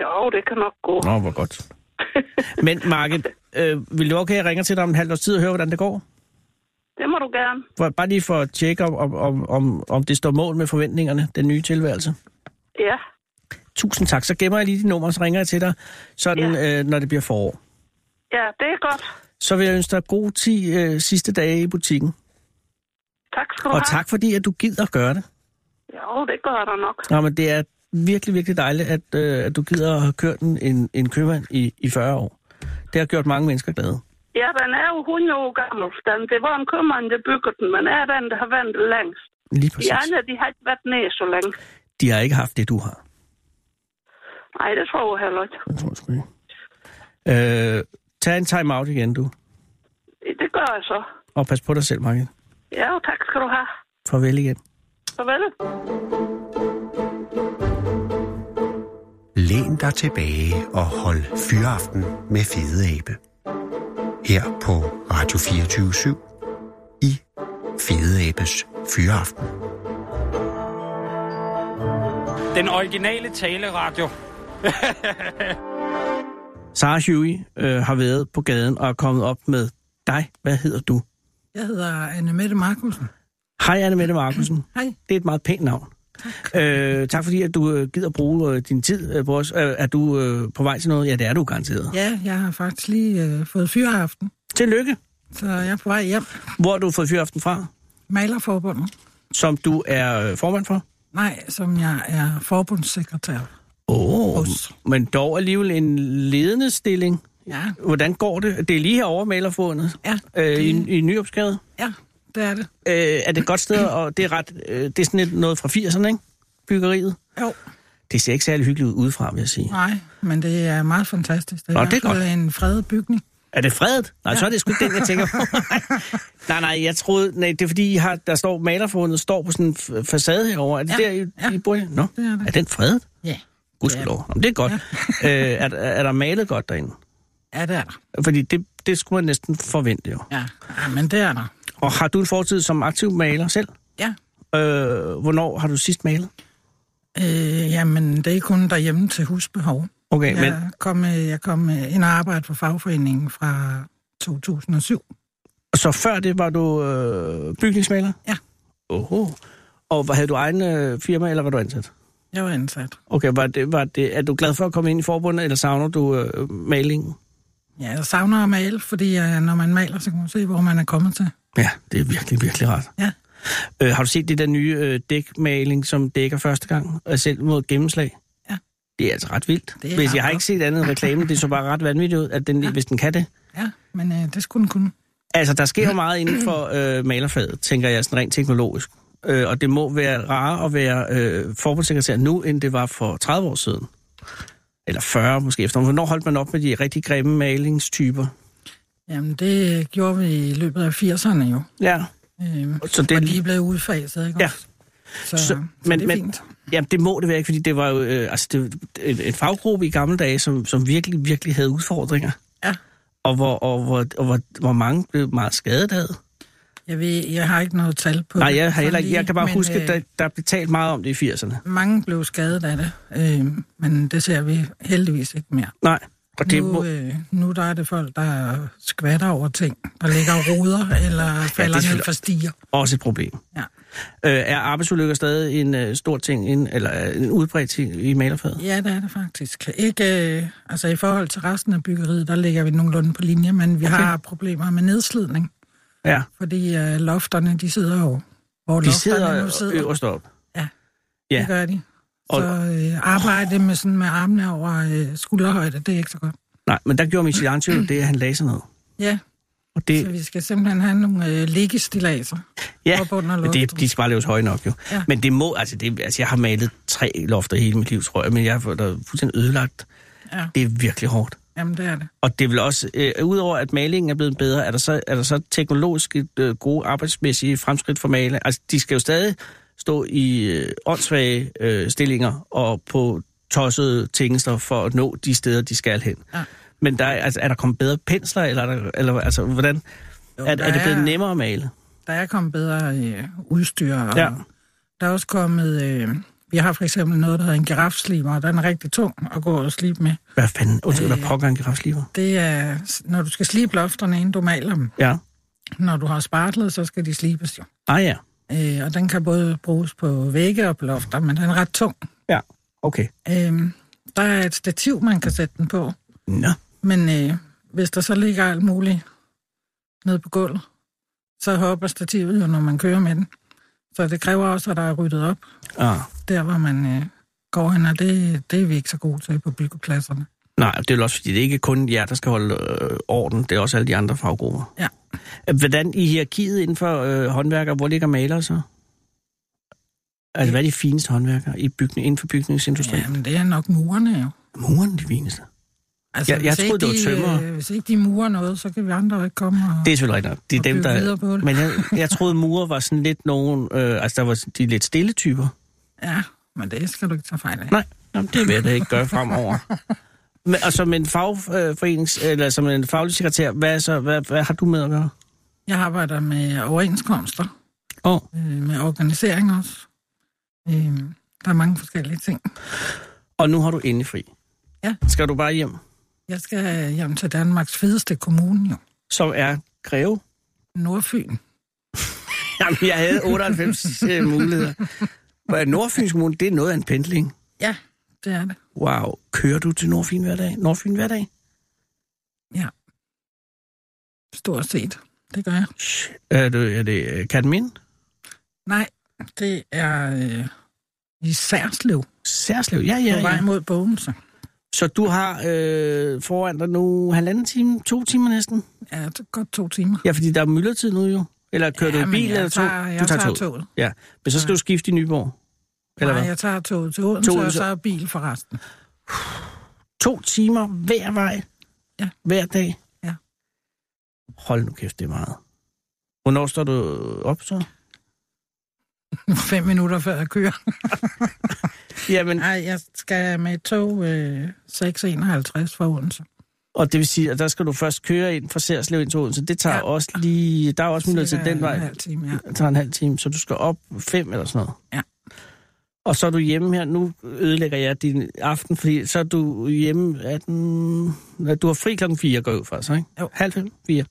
G: Jo, det kan nok gå.
D: Nå, hvor godt. Men, Market, øh, vil du okay, jeg ringer til dig om en halv års tid og hører, hvordan det går?
G: Det må du gerne.
D: For, bare lige for at tjekke, om, om- om, om, om det står mål med forventningerne, den nye tilværelse.
G: Ja,
D: Tusind tak. Så gemmer jeg lige dit nummer, og så ringer jeg til dig, sådan, ja. øh, når det bliver forår.
G: ja, det er godt.
D: Så vil jeg ønske dig gode 10 øh, sidste dage i butikken.
G: Tak skal du
D: Og
G: have.
D: tak fordi, at du gider at gøre det.
G: Jo, det gør der nok.
D: Nå, men det er virkelig, virkelig dejligt, at, øh, at du gider at have kørt en, en, en købmand i, i 40 år. Det har gjort mange mennesker glade.
G: Ja, den er jo 100 år gammel. Den, det var en købmand, der byggede den, men er den, der har ventet længst.
D: Lige præcis.
G: De andre, de har ikke været ned så længe.
D: De har ikke haft det, du har.
G: Nej, det tror jeg heller ikke.
D: Det tror jeg sgu ikke. Øh, tag en time-out igen, du.
G: Det gør jeg så.
D: Og pas på dig selv, Margit.
G: Ja, tak skal du have.
D: Farvel igen.
G: Farvel.
E: Læn dig tilbage og hold fyraften med Fede Abe. Her på Radio 24 i Fede Abes Fyraften.
H: Den originale taleradio.
D: Sarah Huey øh, har været på gaden og er kommet op med dig. Hvad hedder du?
I: Jeg hedder Anne Mette Markusen.
D: Hej, Annemette Markusen.
I: Hej.
D: Det er et meget pænt navn. Tak, øh, tak fordi, at du øh, gider bruge øh, din tid øh, på os. Øh, er du øh, på vej til noget? Ja, det er du garanteret. Ja.
I: Ja, jeg har faktisk lige øh, fået fyreaften,
D: Tillykke.
I: så jeg er på vej hjem.
D: Hvor har du fået fyraften fra?
I: Malerforbundet?
D: Som du er øh, formand for?
I: Nej, som jeg er forbundssekretær.
D: Åh, oh,
I: Hos.
D: men dog alligevel en ledende stilling.
I: Ja,
D: Hvordan går det? Det er lige herovre, Malerforbundet.
I: Ja,
D: Øh,
I: det-
D: i, I Nyopsgade.
I: ja, det er det.
D: Øh, er det et godt sted, og det er, ret, øh, det er sådan lidt noget fra 80'erne, ikke? Byggeriet.
I: Jo,
D: Det ser ikke særlig hyggeligt ud udefra, vil jeg sige.
I: nej, men det er meget fantastisk. Det
D: Nå,
I: er,
D: det er
I: i hvert fald en fredet bygning.
D: Er det fredet? Nej, ja. så er det sgu ikke den, jeg tænker på. nej, nej, jeg troede... Nej, det er fordi, I har, der står malerforbundet står på sådan en f- facade herover. Er det ja.
I: Ja,
D: der, I,
I: ja.
D: I bor? i? Nå,
I: Det er
D: er,
I: det.
D: den fredet?
I: Ja.
D: Gudskelov. Jamen, det er godt. Ja. øh, er, der- er der malet godt derinde?
I: Ja, det er der.
D: Fordi det, det skulle man næsten forvente jo.
I: Ja. ja, men det er der.
D: Og har du en fortid som aktiv maler selv?
I: Ja.
D: Øh, hvornår har du sidst malet?
I: Øh, jamen, det er kun derhjemme til husbehov.
D: Okay, ja. men
I: Jeg kom, øh, jeg kom øh, ind og arbejdede for fagforeningen fra 2007.
D: så før det var du øh, bygningsmaler?
I: Ja.
D: Oho. Og hvad- havde du egen øh, firma, eller var du ansat?
I: Jeg var ansat.
D: Okay, var det, var det, er du glad for at komme ind i forbundet, eller savner du øh, malingen?
I: Ja, jeg savner at male, fordi øh, når man maler, så kan man se, hvor man er kommet til.
D: Ja, det er virkelig, virkelig rart.
I: Ja.
D: Øh, har du set det der nye øh, dækmaling, som dækker første gang, og selv mod gennemslag?
I: Ja.
D: Det er altså ret vildt.
I: Det er
D: Hvis
I: ret
D: jeg har
I: godt.
D: ikke set andet end reklame, det så bare ret vanvittigt ud, at den, ja. hvis den kan det.
I: Ja, men øh, det skulle den kunne.
D: Altså, der sker jo meget inden for øh, malerfaget, tænker jeg, sådan rent teknologisk. Øh, og det må være rarere at være øh, forbundssekretær nu, end det var for 30 år siden. Eller 40 måske efter. Hvornår holdt man op med de rigtig grimme malingstyper?
I: Jamen, det øh, gjorde vi i løbet af 80'erne jo.
D: Ja.
I: Øh,
D: Så det
I: og
D: er
I: de
D: lige...
I: blev udfaset, ikke?
D: Ja.
I: også? Så,
D: Så-
I: så,
D: men-
I: men, det er
D: men-
I: fint.
D: Jamen, det må det være, ikke? Fordi det var jo øh, altså, det, var en, en faggruppe i gamle dage, som, som virkelig, virkelig havde udfordringer.
I: Ja.
D: Og hvor, og, hvor, og hvor, hvor mange blev meget skadet af.
I: Jeg, ved, jeg har ikke noget tal på
D: Nej,
I: det,
D: jeg, har
I: sådan
D: heller ikke, jeg
I: lige,
D: kan bare
I: men,
D: huske,
I: øh,
D: at der, der blev talt meget om det i 80'erne.
I: Mange blev skadet af det, øh, men det ser vi heldigvis ikke mere.
D: Nej. Og det,
I: nu,
D: må,
I: øh, nu der er det folk, der skvatter over ting, der ligger og ruder eller falder ja, ned
D: selvfølgelig
I: fra stiger.
D: også et problem.
I: Ja.
D: Øh, er arbejdsulykker stadig en øh, stor ting, en, eller øh, en udbredt ting i malerfaget?
I: ja, det er det faktisk. Ikke, øh, altså i forhold til resten af byggeriet, der ligger vi nogenlunde på linje, men vi okay. har problemer med nedslidning,
D: Ja,
I: fordi øh, lofterne, de sidder jo, hvor
D: de
I: lofterne
D: sidder øh,
I: nu sidder.
D: øverst op. ja.
I: ja. Det gør de.
D: Og-
I: Så øh, arbejde med, sådan, med armene over øh, skulderhøjde, det er ikke så godt.
D: Nej, men der gjorde Michelangelo det, at han lagde sig ned.
I: Ja,
D: Og
I: så
D: det,
I: vi skal simpelthen have nogle øh, liggestilaser.
D: ja,
I: op under
D: men det,
I: loftet.
D: de skal bare laves høje nok jo.
I: Ja.
D: Men det må, altså, det, altså jeg har malet tre lofter hele mit liv, tror jeg, men jeg har fået det fuldstændig ødelagt.
I: Ja.
D: Det er virkelig hårdt.
I: Jamen, det er det.
D: Og det vil også, øh, udover at malingen er blevet bedre, er der så, er der så teknologisk øh, gode arbejdsmæssige fremskridt for maler? Altså, de skal jo stadig stå i øh, åndssvage øh, stillinger og på tossede tingester for at nå de steder, de skal hen.
I: Ja.
D: Men der er, altså, er der kommet bedre pensler, eller, er der, eller altså, hvordan, jo, er, er
I: der
D: det blevet
I: er-
D: nemmere at male?
I: Der er kommet bedre øh, udstyr. Og
D: Ja.
I: Der er også kommet... Øh, vi har for eksempel noget, der hedder en girafslimer, og den er rigtig tung at gå og slibe med.
D: Hvad fanden? Undskyld,
I: Øh.
D: hvad pokker en girafsliver?
I: Det er, s- når du skal slibe lofterne, inden du maler dem.
D: Ja.
I: Når du har spartlet, så skal de slibes jo.
D: Ah ja.
I: Øh, og den kan både bruges på vægge og på lofter, men den er ret tung.
D: Ja. Okay.
I: Øh, der er et stativ, man kan sætte den på.
D: Nå.
I: Men øh, hvis der så ligger alt muligt nede på gulvet, så hopper stativet jo, når man kører med den. Så det kræver også, at der er ryddet op,
D: Ah.
I: der hvor man øh, går hen, og det, det er vi ikke så gode til på byggepladserne.
D: Nej, det er vel også, fordi det er ikke kun jer, der skal holde øh, orden. Det er også alle de andre faggrupper. Øh,
I: Ja.
D: Hvordan i hierarkiet inden for øh, håndværkere, hvor ligger malere så? Altså, hvad er de fineste håndværkere i bygning, inden for bygningsindustrien? Ja.
I: Jamen, det er nok murerne jo.
D: Muren de fineste.
I: Altså,
D: Jeg- jeg
I: hvis
D: troede,
I: ikke
D: det var
I: de,
D: tømrere.
I: øh, hvis ikke de murer noget, så kan vi andre jo ikke komme og...
D: Det er selvfølgelig rigtigt nok. Det er
I: Og
D: dem,
I: bygge
D: der...
I: videre på det.
D: Men jeg, jeg troede, murer var sådan lidt nogen... Øh, altså, der var sådan- de lidt stille typer.
I: Ja, men det skal du ikke tage fejl af.
D: Nej, jamen, det vil jeg da ikke gøre fremover. Men, og som en fagforenings... Eller som en faglig sekretær, hvad, er så, hvad, hvad har du med at gøre?
I: Jeg arbejder med overenskomster,
D: Åh, oh,
I: øh, med organisering også. Øh, der er mange forskellige ting.
D: og nu har du endelig fri.
I: Ja.
D: Skal du bare hjem?
I: Jeg skal hjem til Danmarks fedeste kommune jo.
D: som er Greve.
I: Nordfyn.
D: Jamen, jeg havde 98 øh, muligheder. Men Nordfyns Kommune, det er noget af en pendling.
I: Ja, det er det.
D: Wow. Kører du til Nordfyn hver dag? Nordfyn hver dag?
I: Stort set. Det gør jeg.
D: Shit. Er det, er det øh, Katmin?
I: Nej, det er øh, i Særslev
D: Særslev? Ja,
I: ja,
D: ja,
I: på vej
D: ja.
I: mod Bogense.
D: Så du har øh, foran dig nu halvanden time, to timer næsten?
I: Ja, det er godt to timer.
D: Ja, fordi der er myldretid nu jo. Eller kører
I: ja,
D: du i
I: men
D: bil
I: jeg
D: eller tog?
I: Tager, jeg
D: du tager,
I: tager
D: toget.
I: toget.
D: Ja, men så skal du skifte i Nyborg. Eller
I: Nej,
D: hvad?
I: jeg tager toget til Odense,
D: Toget
I: og
D: til-
I: så er bil for resten.
D: To timer hver vej?
I: Ja.
D: Hver dag?
I: Ja.
D: Hold nu kæft, det er meget. Hvornår står du op så?
I: Fem minutter før jeg kører.
D: Jamen,
I: Nej, jeg skal med tog øh, 6.51 fra Odense.
D: og det vil sige, at der skal du først køre ind fra Særslev ind til Odense. Det tager ja.
I: Ja.
D: også lige... Der er også mulighed til
I: Cirka
D: den vej.
I: En halv time, ja.
D: Det tager en halv time, så du skal op fem eller sådan noget.
I: Ja.
D: Og så er du hjemme her. Nu ødelægger jeg din aften, fordi så er du hjemme 18... Nej, Du har fri klokken 4, går jeg ud fra, så ikke?
I: Jo.
D: Halv fem, fire.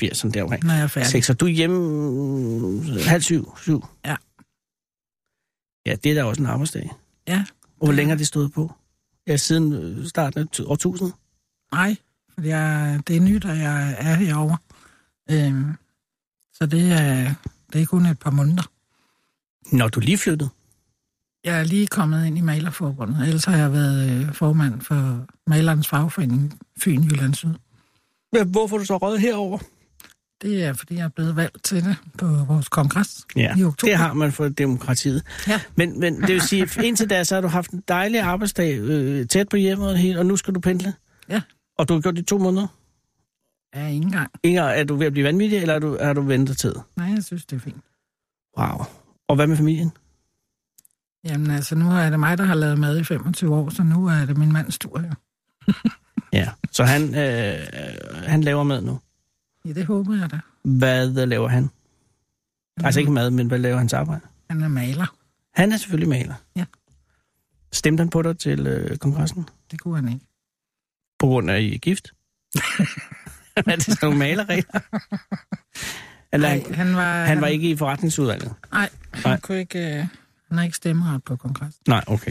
D: Fire, sådan der omkring.
I: Når jeg er færdig.
D: Seks, og du er hjemme øh, halv syv, syv.
I: Ja.
D: Ja, det er da også en arbejdsdag.
I: Ja.
D: Og hvor længe har det stået på? Ja, siden øh, starten af tu- årtusindet.
I: Nej, for jeg, det er nyt, at jeg er herovre. Øhm, så det er, det er kun et par måneder.
D: Når du er lige flyttede.
I: Jeg er lige kommet ind i Malerforbundet, ellers har jeg været øh, formand for Malernes Fagforening Fyn Jylland Syd.
D: Men Hvorfor er du så røget herover?
I: Det er, fordi jeg er blevet valgt til det på vores kongres
D: Ja,
I: i oktober.
D: det har man for demokratiet.
I: Ja.
D: Men, men det vil sige, at indtil da, så har du haft en dejlig arbejdsdag øh, tæt på hjemmet, og helt, og nu skal du pendle?
I: Ja.
D: Og du har gjort det i to måneder?
I: Ja, ikke engang.
D: Inger, er du ved at blive vanvittig, eller er du, er du ventet tid?
I: Nej, jeg synes, det er fint.
D: Wow. Og hvad med familien?
I: Jamen altså, nu er det mig, der har lavet mad i 25 år, så nu er det min mands tur. jo.
D: Ja. Så han, øh, han laver mad nu.
I: Ja, det håber jeg da.
D: Hvad laver han?
I: Mm.
D: Altså ikke mad, men hvad laver hans arbejde?
I: Han er maler.
D: Han er selvfølgelig maler.
I: Ja.
D: Stemte han på dig til øh, kongressen?
I: Det kunne han ikke.
D: På grund af, at I er gift? er det sådan nogle malerregler? Eller
I: Nej,
D: han,
I: han var,
D: han var ikke i forretningsudvalget?
I: Nej,
D: Nej.
I: han, kunne ikke, øh, han har ikke stemmeret på kongres.
D: Nej, okay.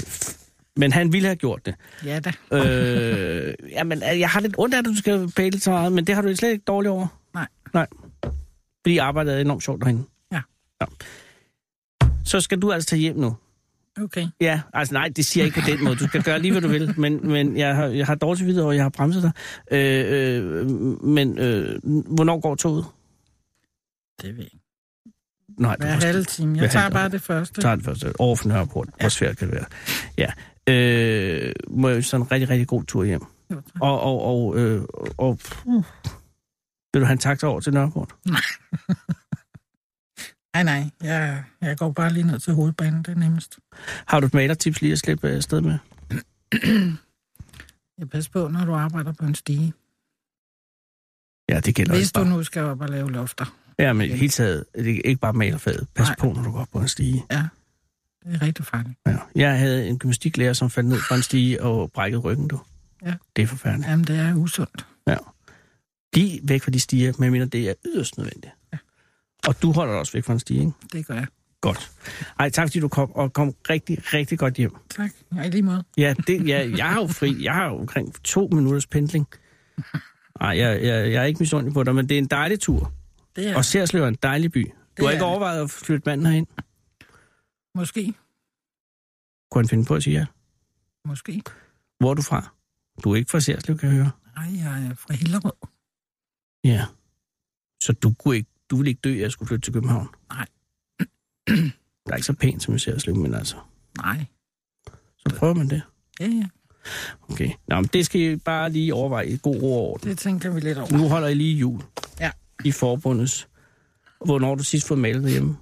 D: Men han ville have gjort det.
I: Ja da.
D: øh, jamen, jeg har lidt ondt af, at du skal pæle så meget, men det har du slet ikke dårligt over.
I: Nej.
D: Nej. Fordi arbejdet er enormt sjovt derinde.
I: Ja.
D: ja. Så skal du altså tage hjem nu.
I: Okay.
D: Ja, altså nej, det siger jeg ikke på den måde. Du skal gøre lige, hvad du vil, men, men jeg, har, jeg har dårligt videre, og jeg har bremset dig. Øh, øh, men øh, hvornår går toget?
I: Det ved jeg ikke.
D: Nej,
I: Hver
D: har-
I: halve time.
D: Hver
I: Jeg tager
D: halve-
I: bare det første.
D: tager det første. Over for Nørreport. Hvor svært kan det være. Ja. Øh, må jeg ønske dig en rigtig, rigtig god tur hjem.
I: Jo, tak. Uh.
D: Og, og, og, øh, og vil du have en taxa over til Nørreport?
I: Nej, nej. Jeg, jeg går bare lige ned til hovedbanen, det er nemmest.
D: Har du et malertips lige at slippe øh, afsted med?
I: Jeg passer på, når du arbejder på en stige.
D: Ja, det gælder
I: Hvis
D: ikke
I: du
D: bare.
I: nu skal op og lave lofter.
D: Ja, men i det hele taget, det er ikke bare malerfaget. Pas
I: Nej.
D: på, når du går op på en stige.
I: Det er rigtig farligt.
D: Ja. Jeg havde en gymnastiklærer, som faldt ned fra en stige og brækkede ryggen, du.
I: Ja.
D: Det er forfærdeligt.
I: Jamen, det er usundt.
D: Bliv væk fra de stiger, medmindre det er yderst nødvendigt. Ja. Og du holder dig også væk fra en stige, ikke?
I: Det gør jeg.
D: Godt. Ej, tak fordi du kom, og kom rigtig, rigtig godt hjem.
I: Tak. Ja, i lige måde.
D: Ja, det, ja jeg har jo fri. Jeg har jo omkring to minutters pendling. Nej, jeg, jeg, jeg er ikke misundelig på dig, men det er en dejlig tur.
I: Det er
D: Og Særslev er en dejlig by. Du
I: Det
D: har
I: er
D: ikke
I: det.
D: overvejet at flytte manden herind?
I: måske.
D: Kunne han finde på at sige ja?
I: Måske.
D: Hvor er du fra? Du er ikke fra Særslev, kan jeg høre.
I: Nej, jeg er fra Hillerød.
D: Ja. Så du, kunne ikke, du ville ikke dø, at jeg skulle flytte til København?
I: Nej.
D: Det er ikke så pænt som i Særslev, men altså,
I: Nej.
D: så prøver man det.
I: Ja, ja.
D: Okay. Nå, men det skal I bare lige overveje i god ro og orden.
I: Det tænker vi lidt over.
D: Nu holder jeg lige jul.
I: Ja.
D: I forbundets. Hvornår har du sidst fået malet hjemme?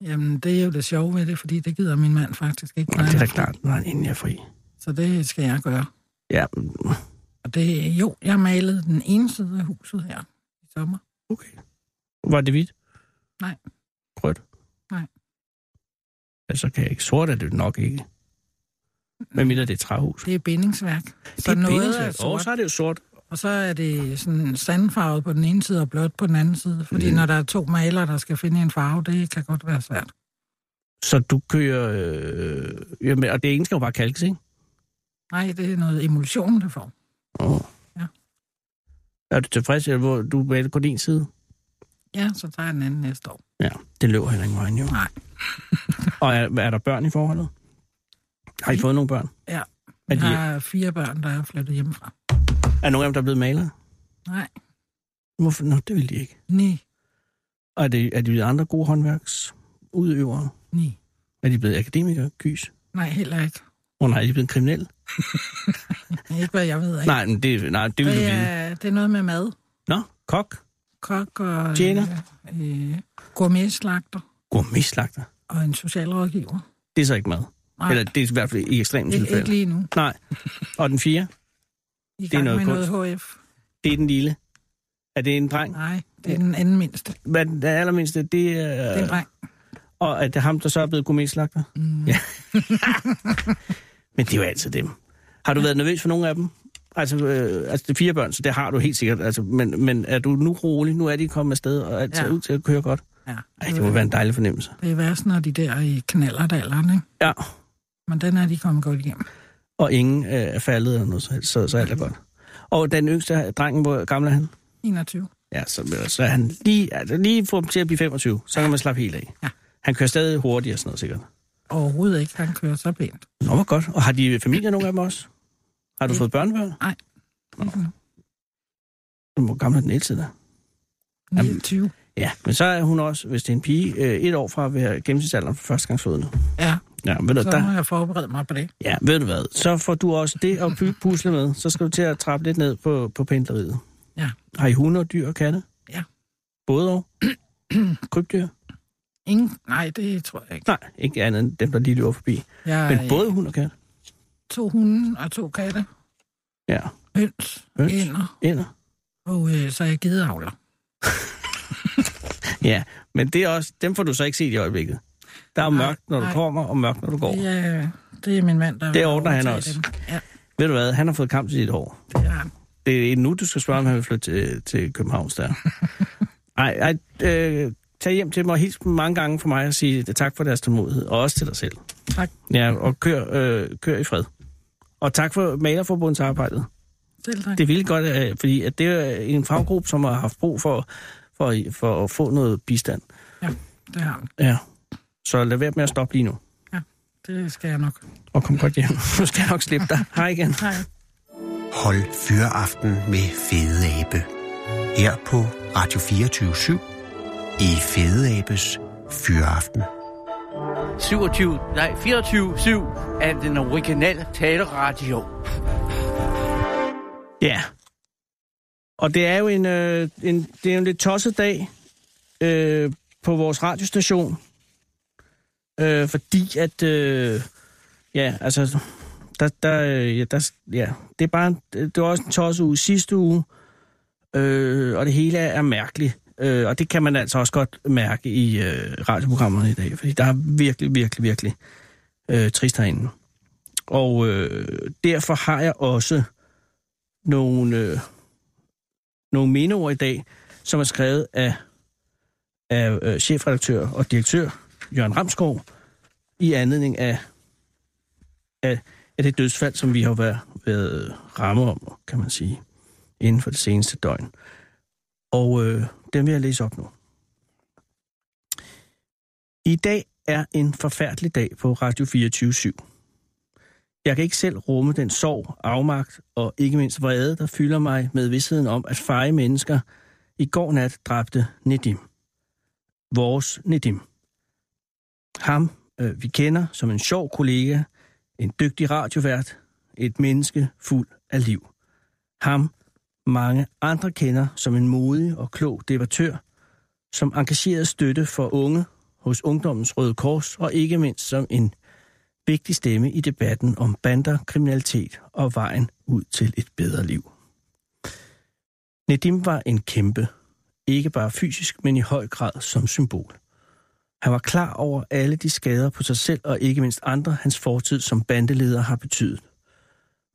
I: Jamen, det er jo det sjove ved det, fordi det gider min mand faktisk ikke.
D: Nej, det er da klart, når han inden jeg er fri.
I: Så det skal jeg gøre.
D: Ja,
I: Og det, jo, jeg malede den ene side af huset her i sommer.
D: okay. Var det hvidt?
I: Nej.
D: Rødt?
I: Nej.
D: Ja, så kan jeg ikke. Sort er det nok ikke. Hvad mindre det er et træhus?
I: Det er bindingsværk. Mm.
D: det
I: Så
D: er
I: noget er
D: bindingsværk. Åh,
I: sort,
D: så er det jo sort.
I: og så er det sådan sandfarvet på den ene side og blåt på den anden side. Fordi mm. når der er to malere, der skal finde en farve, det kan godt være svært.
D: Så du kører... Øh, jamen, og det ene skal jo bare kalkes, ikke?
I: Nej, det er noget emulsion, det får.
D: Oh.
I: Ja.
D: Er du tilfreds, eller hvor du maler på din side?
I: Ja, så tager jeg den anden næste år.
D: Ja, det løber heller ikke vejen, jo.
I: Nej.
D: og er, er der børn i forholdet? Har I fået nogle børn?
I: Ja.
D: Er,
I: Jeg
D: de,
I: har fire børn, der er flyttet hjemmefra.
D: er nogle af dem, der er blevet malere?
I: Nej,
D: Hvorfor? Nå, det vil de ikke.
I: ni,
D: Og er, det, er de blevet andre gode håndværksudøvere?
I: ni.
D: Er de blevet akademikere? Gys?
I: Nej, heller ikke.
D: Åh oh, nej, er de blevet kriminelle?
I: Ikke hvad jeg ved af.
D: Nej, men det, nej, det vil du
I: det,
D: vide.
I: er, det er noget med mad.
D: Nå, Kok?
I: kok og
D: Tjener.
I: Øh, øh, gourmetslagter
D: Gourmetslagter.
I: og en socialrådgiver.
D: Det er så ikke mad.
I: Nej,
D: Eller det er i hvert fald i ekstreme
I: ikke, ikke
D: tilfælde.
I: lige nu.
D: Nej. Og den fjerde,
I: I
D: er
I: gang
D: noget
I: med noget HF.
D: det er den lille. Er det en dreng?
I: Nej, det er den anden mindste.
D: Hvad er den allermindste? Det
I: Det er
D: er...
I: en dreng.
D: og at det er ham, der så er blevet gourmetslagter?
I: Mm.
D: Ja. Men det er jo altid dem. Har du været nervøs for nogen af dem? Altså, øh, altså det er fire børn, så det har du helt sikkert. Altså, men, men er du nu rolig? Nu er de kommet afsted, og alt ser
I: Ja.
D: ud til at køre godt.
I: Ja.
D: Ej, det må være en dejlig fornemmelse.
I: Det er værst, når de der i knallerdalderen, ikke?
D: Ja,
I: Men den er de kommet godt igennem.
D: og ingen øh, er faldet eller noget, så, helst, så, så alt er godt. Og den yngste drengen, hvor gammel er han?
I: 21.
D: Ja, så, så er han lige, altså lige for til at blive 25, så kan man slappe helt af.
I: Ja.
D: Han kører stadig hurtigt og sådan noget sikkert.
I: Overhovedet ikke, han kører så pænt.
D: Nå, hvor godt. Og har de familie nogen af dem også? Har du
I: Ja.
D: fået børnebørn?
I: Ikke nu.
D: Hvor gammel er den ældste der?
I: 29.
D: Ja, men så er hun også, hvis det er en pige, øh, et år fra at være gennemsnitsalderen for førstegangsfødende.
I: Ja,
D: Ja, ved du,
I: så må
D: der,
I: jeg forberede mig på det.
D: ja, ved du hvad, så får du også det at pu- pusle med. Så skal du til at trappe lidt ned på, på pendleriet.
I: Ja.
D: Har I hunde og dyr og katte?
I: Ja.
D: Både og? Krybdyr?
I: Ingen, nej, det tror jeg ikke.
D: Nej, ikke andet end dem, der lige løber forbi.
I: Jeg
D: Men
I: er
D: både hund og katte?
I: to hunde og to katte.
D: Ja.
I: Høns,
D: Høns.
I: ænder,
D: Ender?
I: og øh, så er jeg gideavler.
D: Ja, men det er også, dem får du så ikke set i øjeblikket. Der er
I: Nej,
D: mørkt, når du
I: nej.
D: kommer, og mørkt, når du går.
I: Det er, det er min mand, der
D: Det
I: vil
D: ordner han
I: overtage
D: også.
I: Dem. Ja,
D: Ved du hvad, han har fået kamp til sit hår.
I: det er han.
D: Det er nu, du skal spørge, om han vil flytte til, til København der. Ej, ej øh, tag hjem til mig og hils dem mange gange for mig og sige tak for deres tålmodighed, og også til dig selv.
I: Tak.
D: Ja, og kør, øh, kør i fred. Og tak for Malerforbundets arbejde.
I: Selv tak.
D: Det er vildt godt, øh, fordi at det er en faggruppe, som har haft brug for, for, for at få noget bistand.
I: Det har han.
D: Ja. Så lad være med at stoppe lige nu.
I: Det skal jeg nok.
D: Og kom godt hjem. Nu skal jeg nok slippe dig. Hej igen.
I: Hej.
E: Hold Fyraften med Fede Abe. Her på Radio 24 i Fede Abes Fyraften.
B: 27, nej, 24-7 af den originale taleradio.
D: Ja. Og det er jo en, øh, en, det er jo en lidt tosset dag øh, på vores radiostation. Øh, fordi at, øh, ja, altså, der, der, øh, ja, der, ja, det er bare, en, det var også en tosset uge sidste uge, øh, og det hele er, er mærkeligt. Øh, og det kan man altså også godt mærke i øh, radioprogrammerne i dag, fordi der er virkelig, virkelig, virkelig øh, trist herinde. Og øh, derfor har jeg også øh, nogle, øh, nogle mindeord i dag, som er skrevet af, af øh, chefredaktør og direktør Jørgen Ramskov i anledning af, af, af det dødsfald, som vi har været, været øh, ramme om, kan man sige, inden for det seneste døgn. Og øh, dem vil jeg læse op nu. I dag er en forfærdelig dag på Radio 24 /7. Jeg kan ikke selv rumme den sorg, afmagt og ikke mindst vrede, der fylder mig med vidsheden om, at feje mennesker i går nat dræbte Nedim. Vores Nedim. Ham, øh, vi kender som en sjov kollega, en dygtig radiovært, et menneske fuld af liv. Ham, mange andre kender som en modig og klog debattør, som engageret støtte for unge hos Ungdommens Røde Kors, og ikke mindst som en vigtig stemme i debatten om bander, kriminalitet og vejen ud til et bedre liv. Nedim var en kæmpe, ikke bare fysisk, men i høj grad som symbol. Han var klar over alle de skader på sig selv og ikke mindst andre, hans fortid som bandeleder har betydet.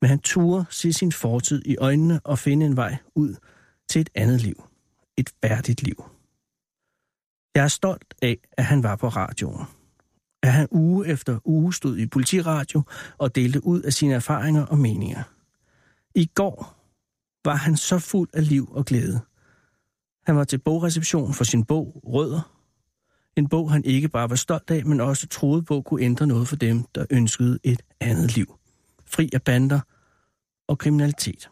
D: Men han turde se sin fortid i øjnene og finde en vej ud til et andet liv. Et værdigt liv. Jeg er stolt af, at han var på radioen at han uge efter uge stod i politiradio og delte ud af sine erfaringer og meninger. I går var han så fuld af liv og glæde. Han var til bogreception for sin bog Rødder. En bog, han ikke bare var stolt af, men også troede på kunne ændre noget for dem, der ønskede et andet liv. Fri af bander og kriminalitet.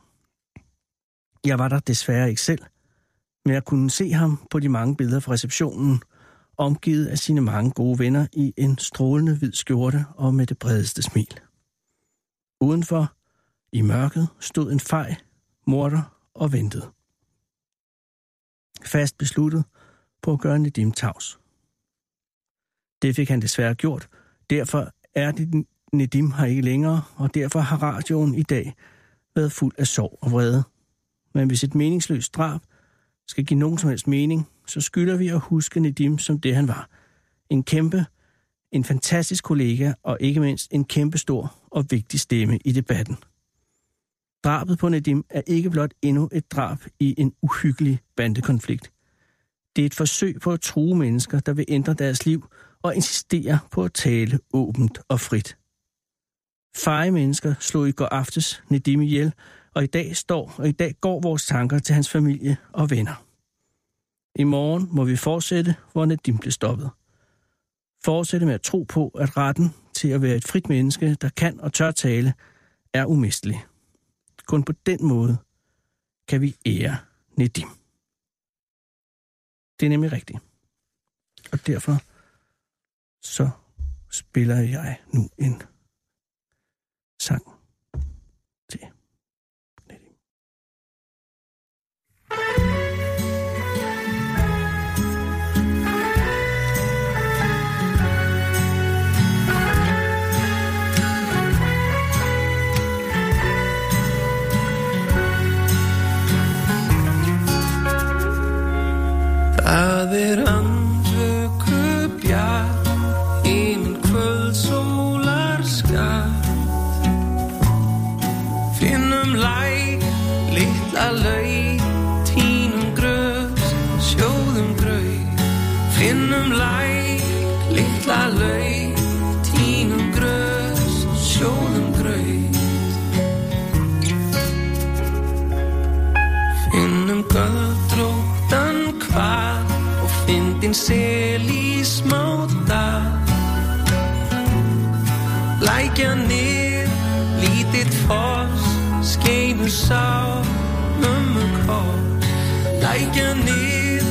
D: Jeg var der desværre ikke selv, men jeg kunne se ham på de mange billeder fra receptionen, omgivet af sine mange gode venner i en strålende hvid skjorte og med det bredeste smil. Udenfor, i mørket, stod en fej, morter og ventede. fast besluttet på at gøre Nedim tavs. Det fik han desværre gjort. Derfor er det Nedim her ikke længere, og derfor har radioen i dag været fuld af sorg og vrede. Men hvis et meningsløst drab skal give nogen som helst mening, så skylder vi at huske Nedim som det han var. En kæmpe, en fantastisk kollega og ikke mindst en kæmpe stor og vigtig stemme i debatten. Drabet på Nedim er ikke blot endnu et drab i en uhyggelig bandekonflikt. Det er et forsøg på at true mennesker, der vil ændre deres liv og insistere på at tale åbent og frit. Feje mennesker slog i går aftes Nedim ihjel, og i dag står og i dag går vores tanker til hans familie og venner. I morgen må vi fortsætte, hvor Nedim blev stoppet. Fortsætte med at tro på, at retten til at være et frit menneske, der kan og tør tale, er umistelig. Kun på den måde kan vi ære Nedim. Det er nemlig rigtigt. Og derfor så spiller jeg nu en sang til Nedim.
I: Það er andvöku bjart í minn kvöldsólar skatt Finnum læk, litla laug, tínum grös, sjóðum graug Finnum læk, litla laug, tínum grös, sjóðum graug Finnum göldróttan hvar og fyndin sel í smáta Lækja nýr, lítill foss, skeinu sá, mömmu kors Lækja nýr,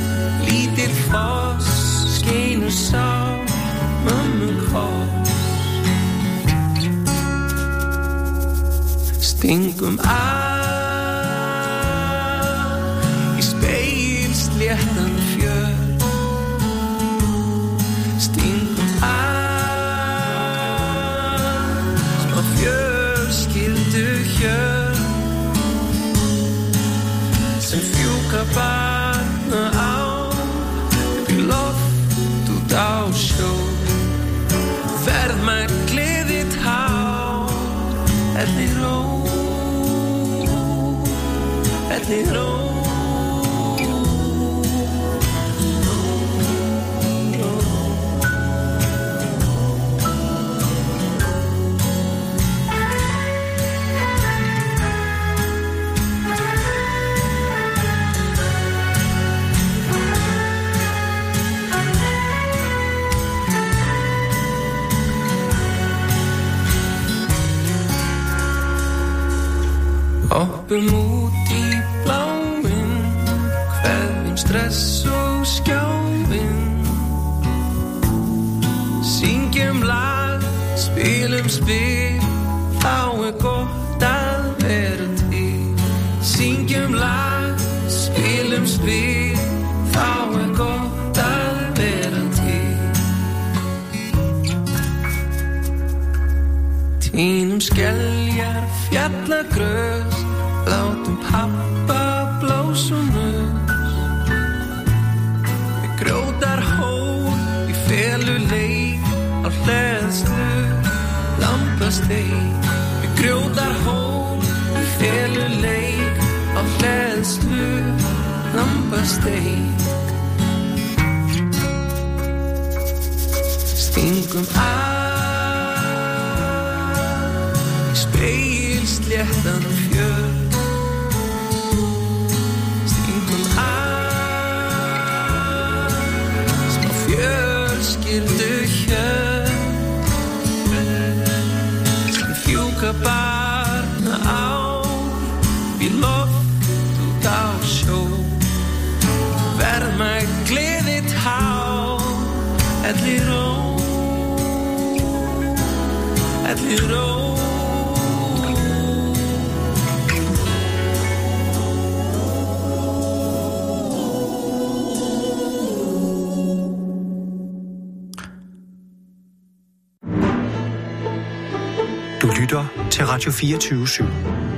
I: lítill foss, skeinu sá, mömmu kors Stingum að í speilsléttan fjör Stingum að smá fjölskyldu hjör sem fjúka barna á upp í loft út á sjó Verð mær gleðið hár Ellir ró Ellir ró Oppum út í bláinn Hverfum stress og skjáinn Syngjum lag, spilum spil Þá er gott að vera til Syngjum lag, spilum spil Þá er gott að vera til Tínum skelljar fjallagrös Látum pappa blásum öss Við grótar hól í felu leik Á hleðslu lambasteik Við grótar hól í felu leik Á hleðslu lambasteik Stingum að í speilsléttan fjör Stingum að smá fjölskyldu hjör sem fjúka barna á í loft út á sjó verma gleðið hár Ellir ró Ellir ró
E: Du lytter til Radio 24 /7.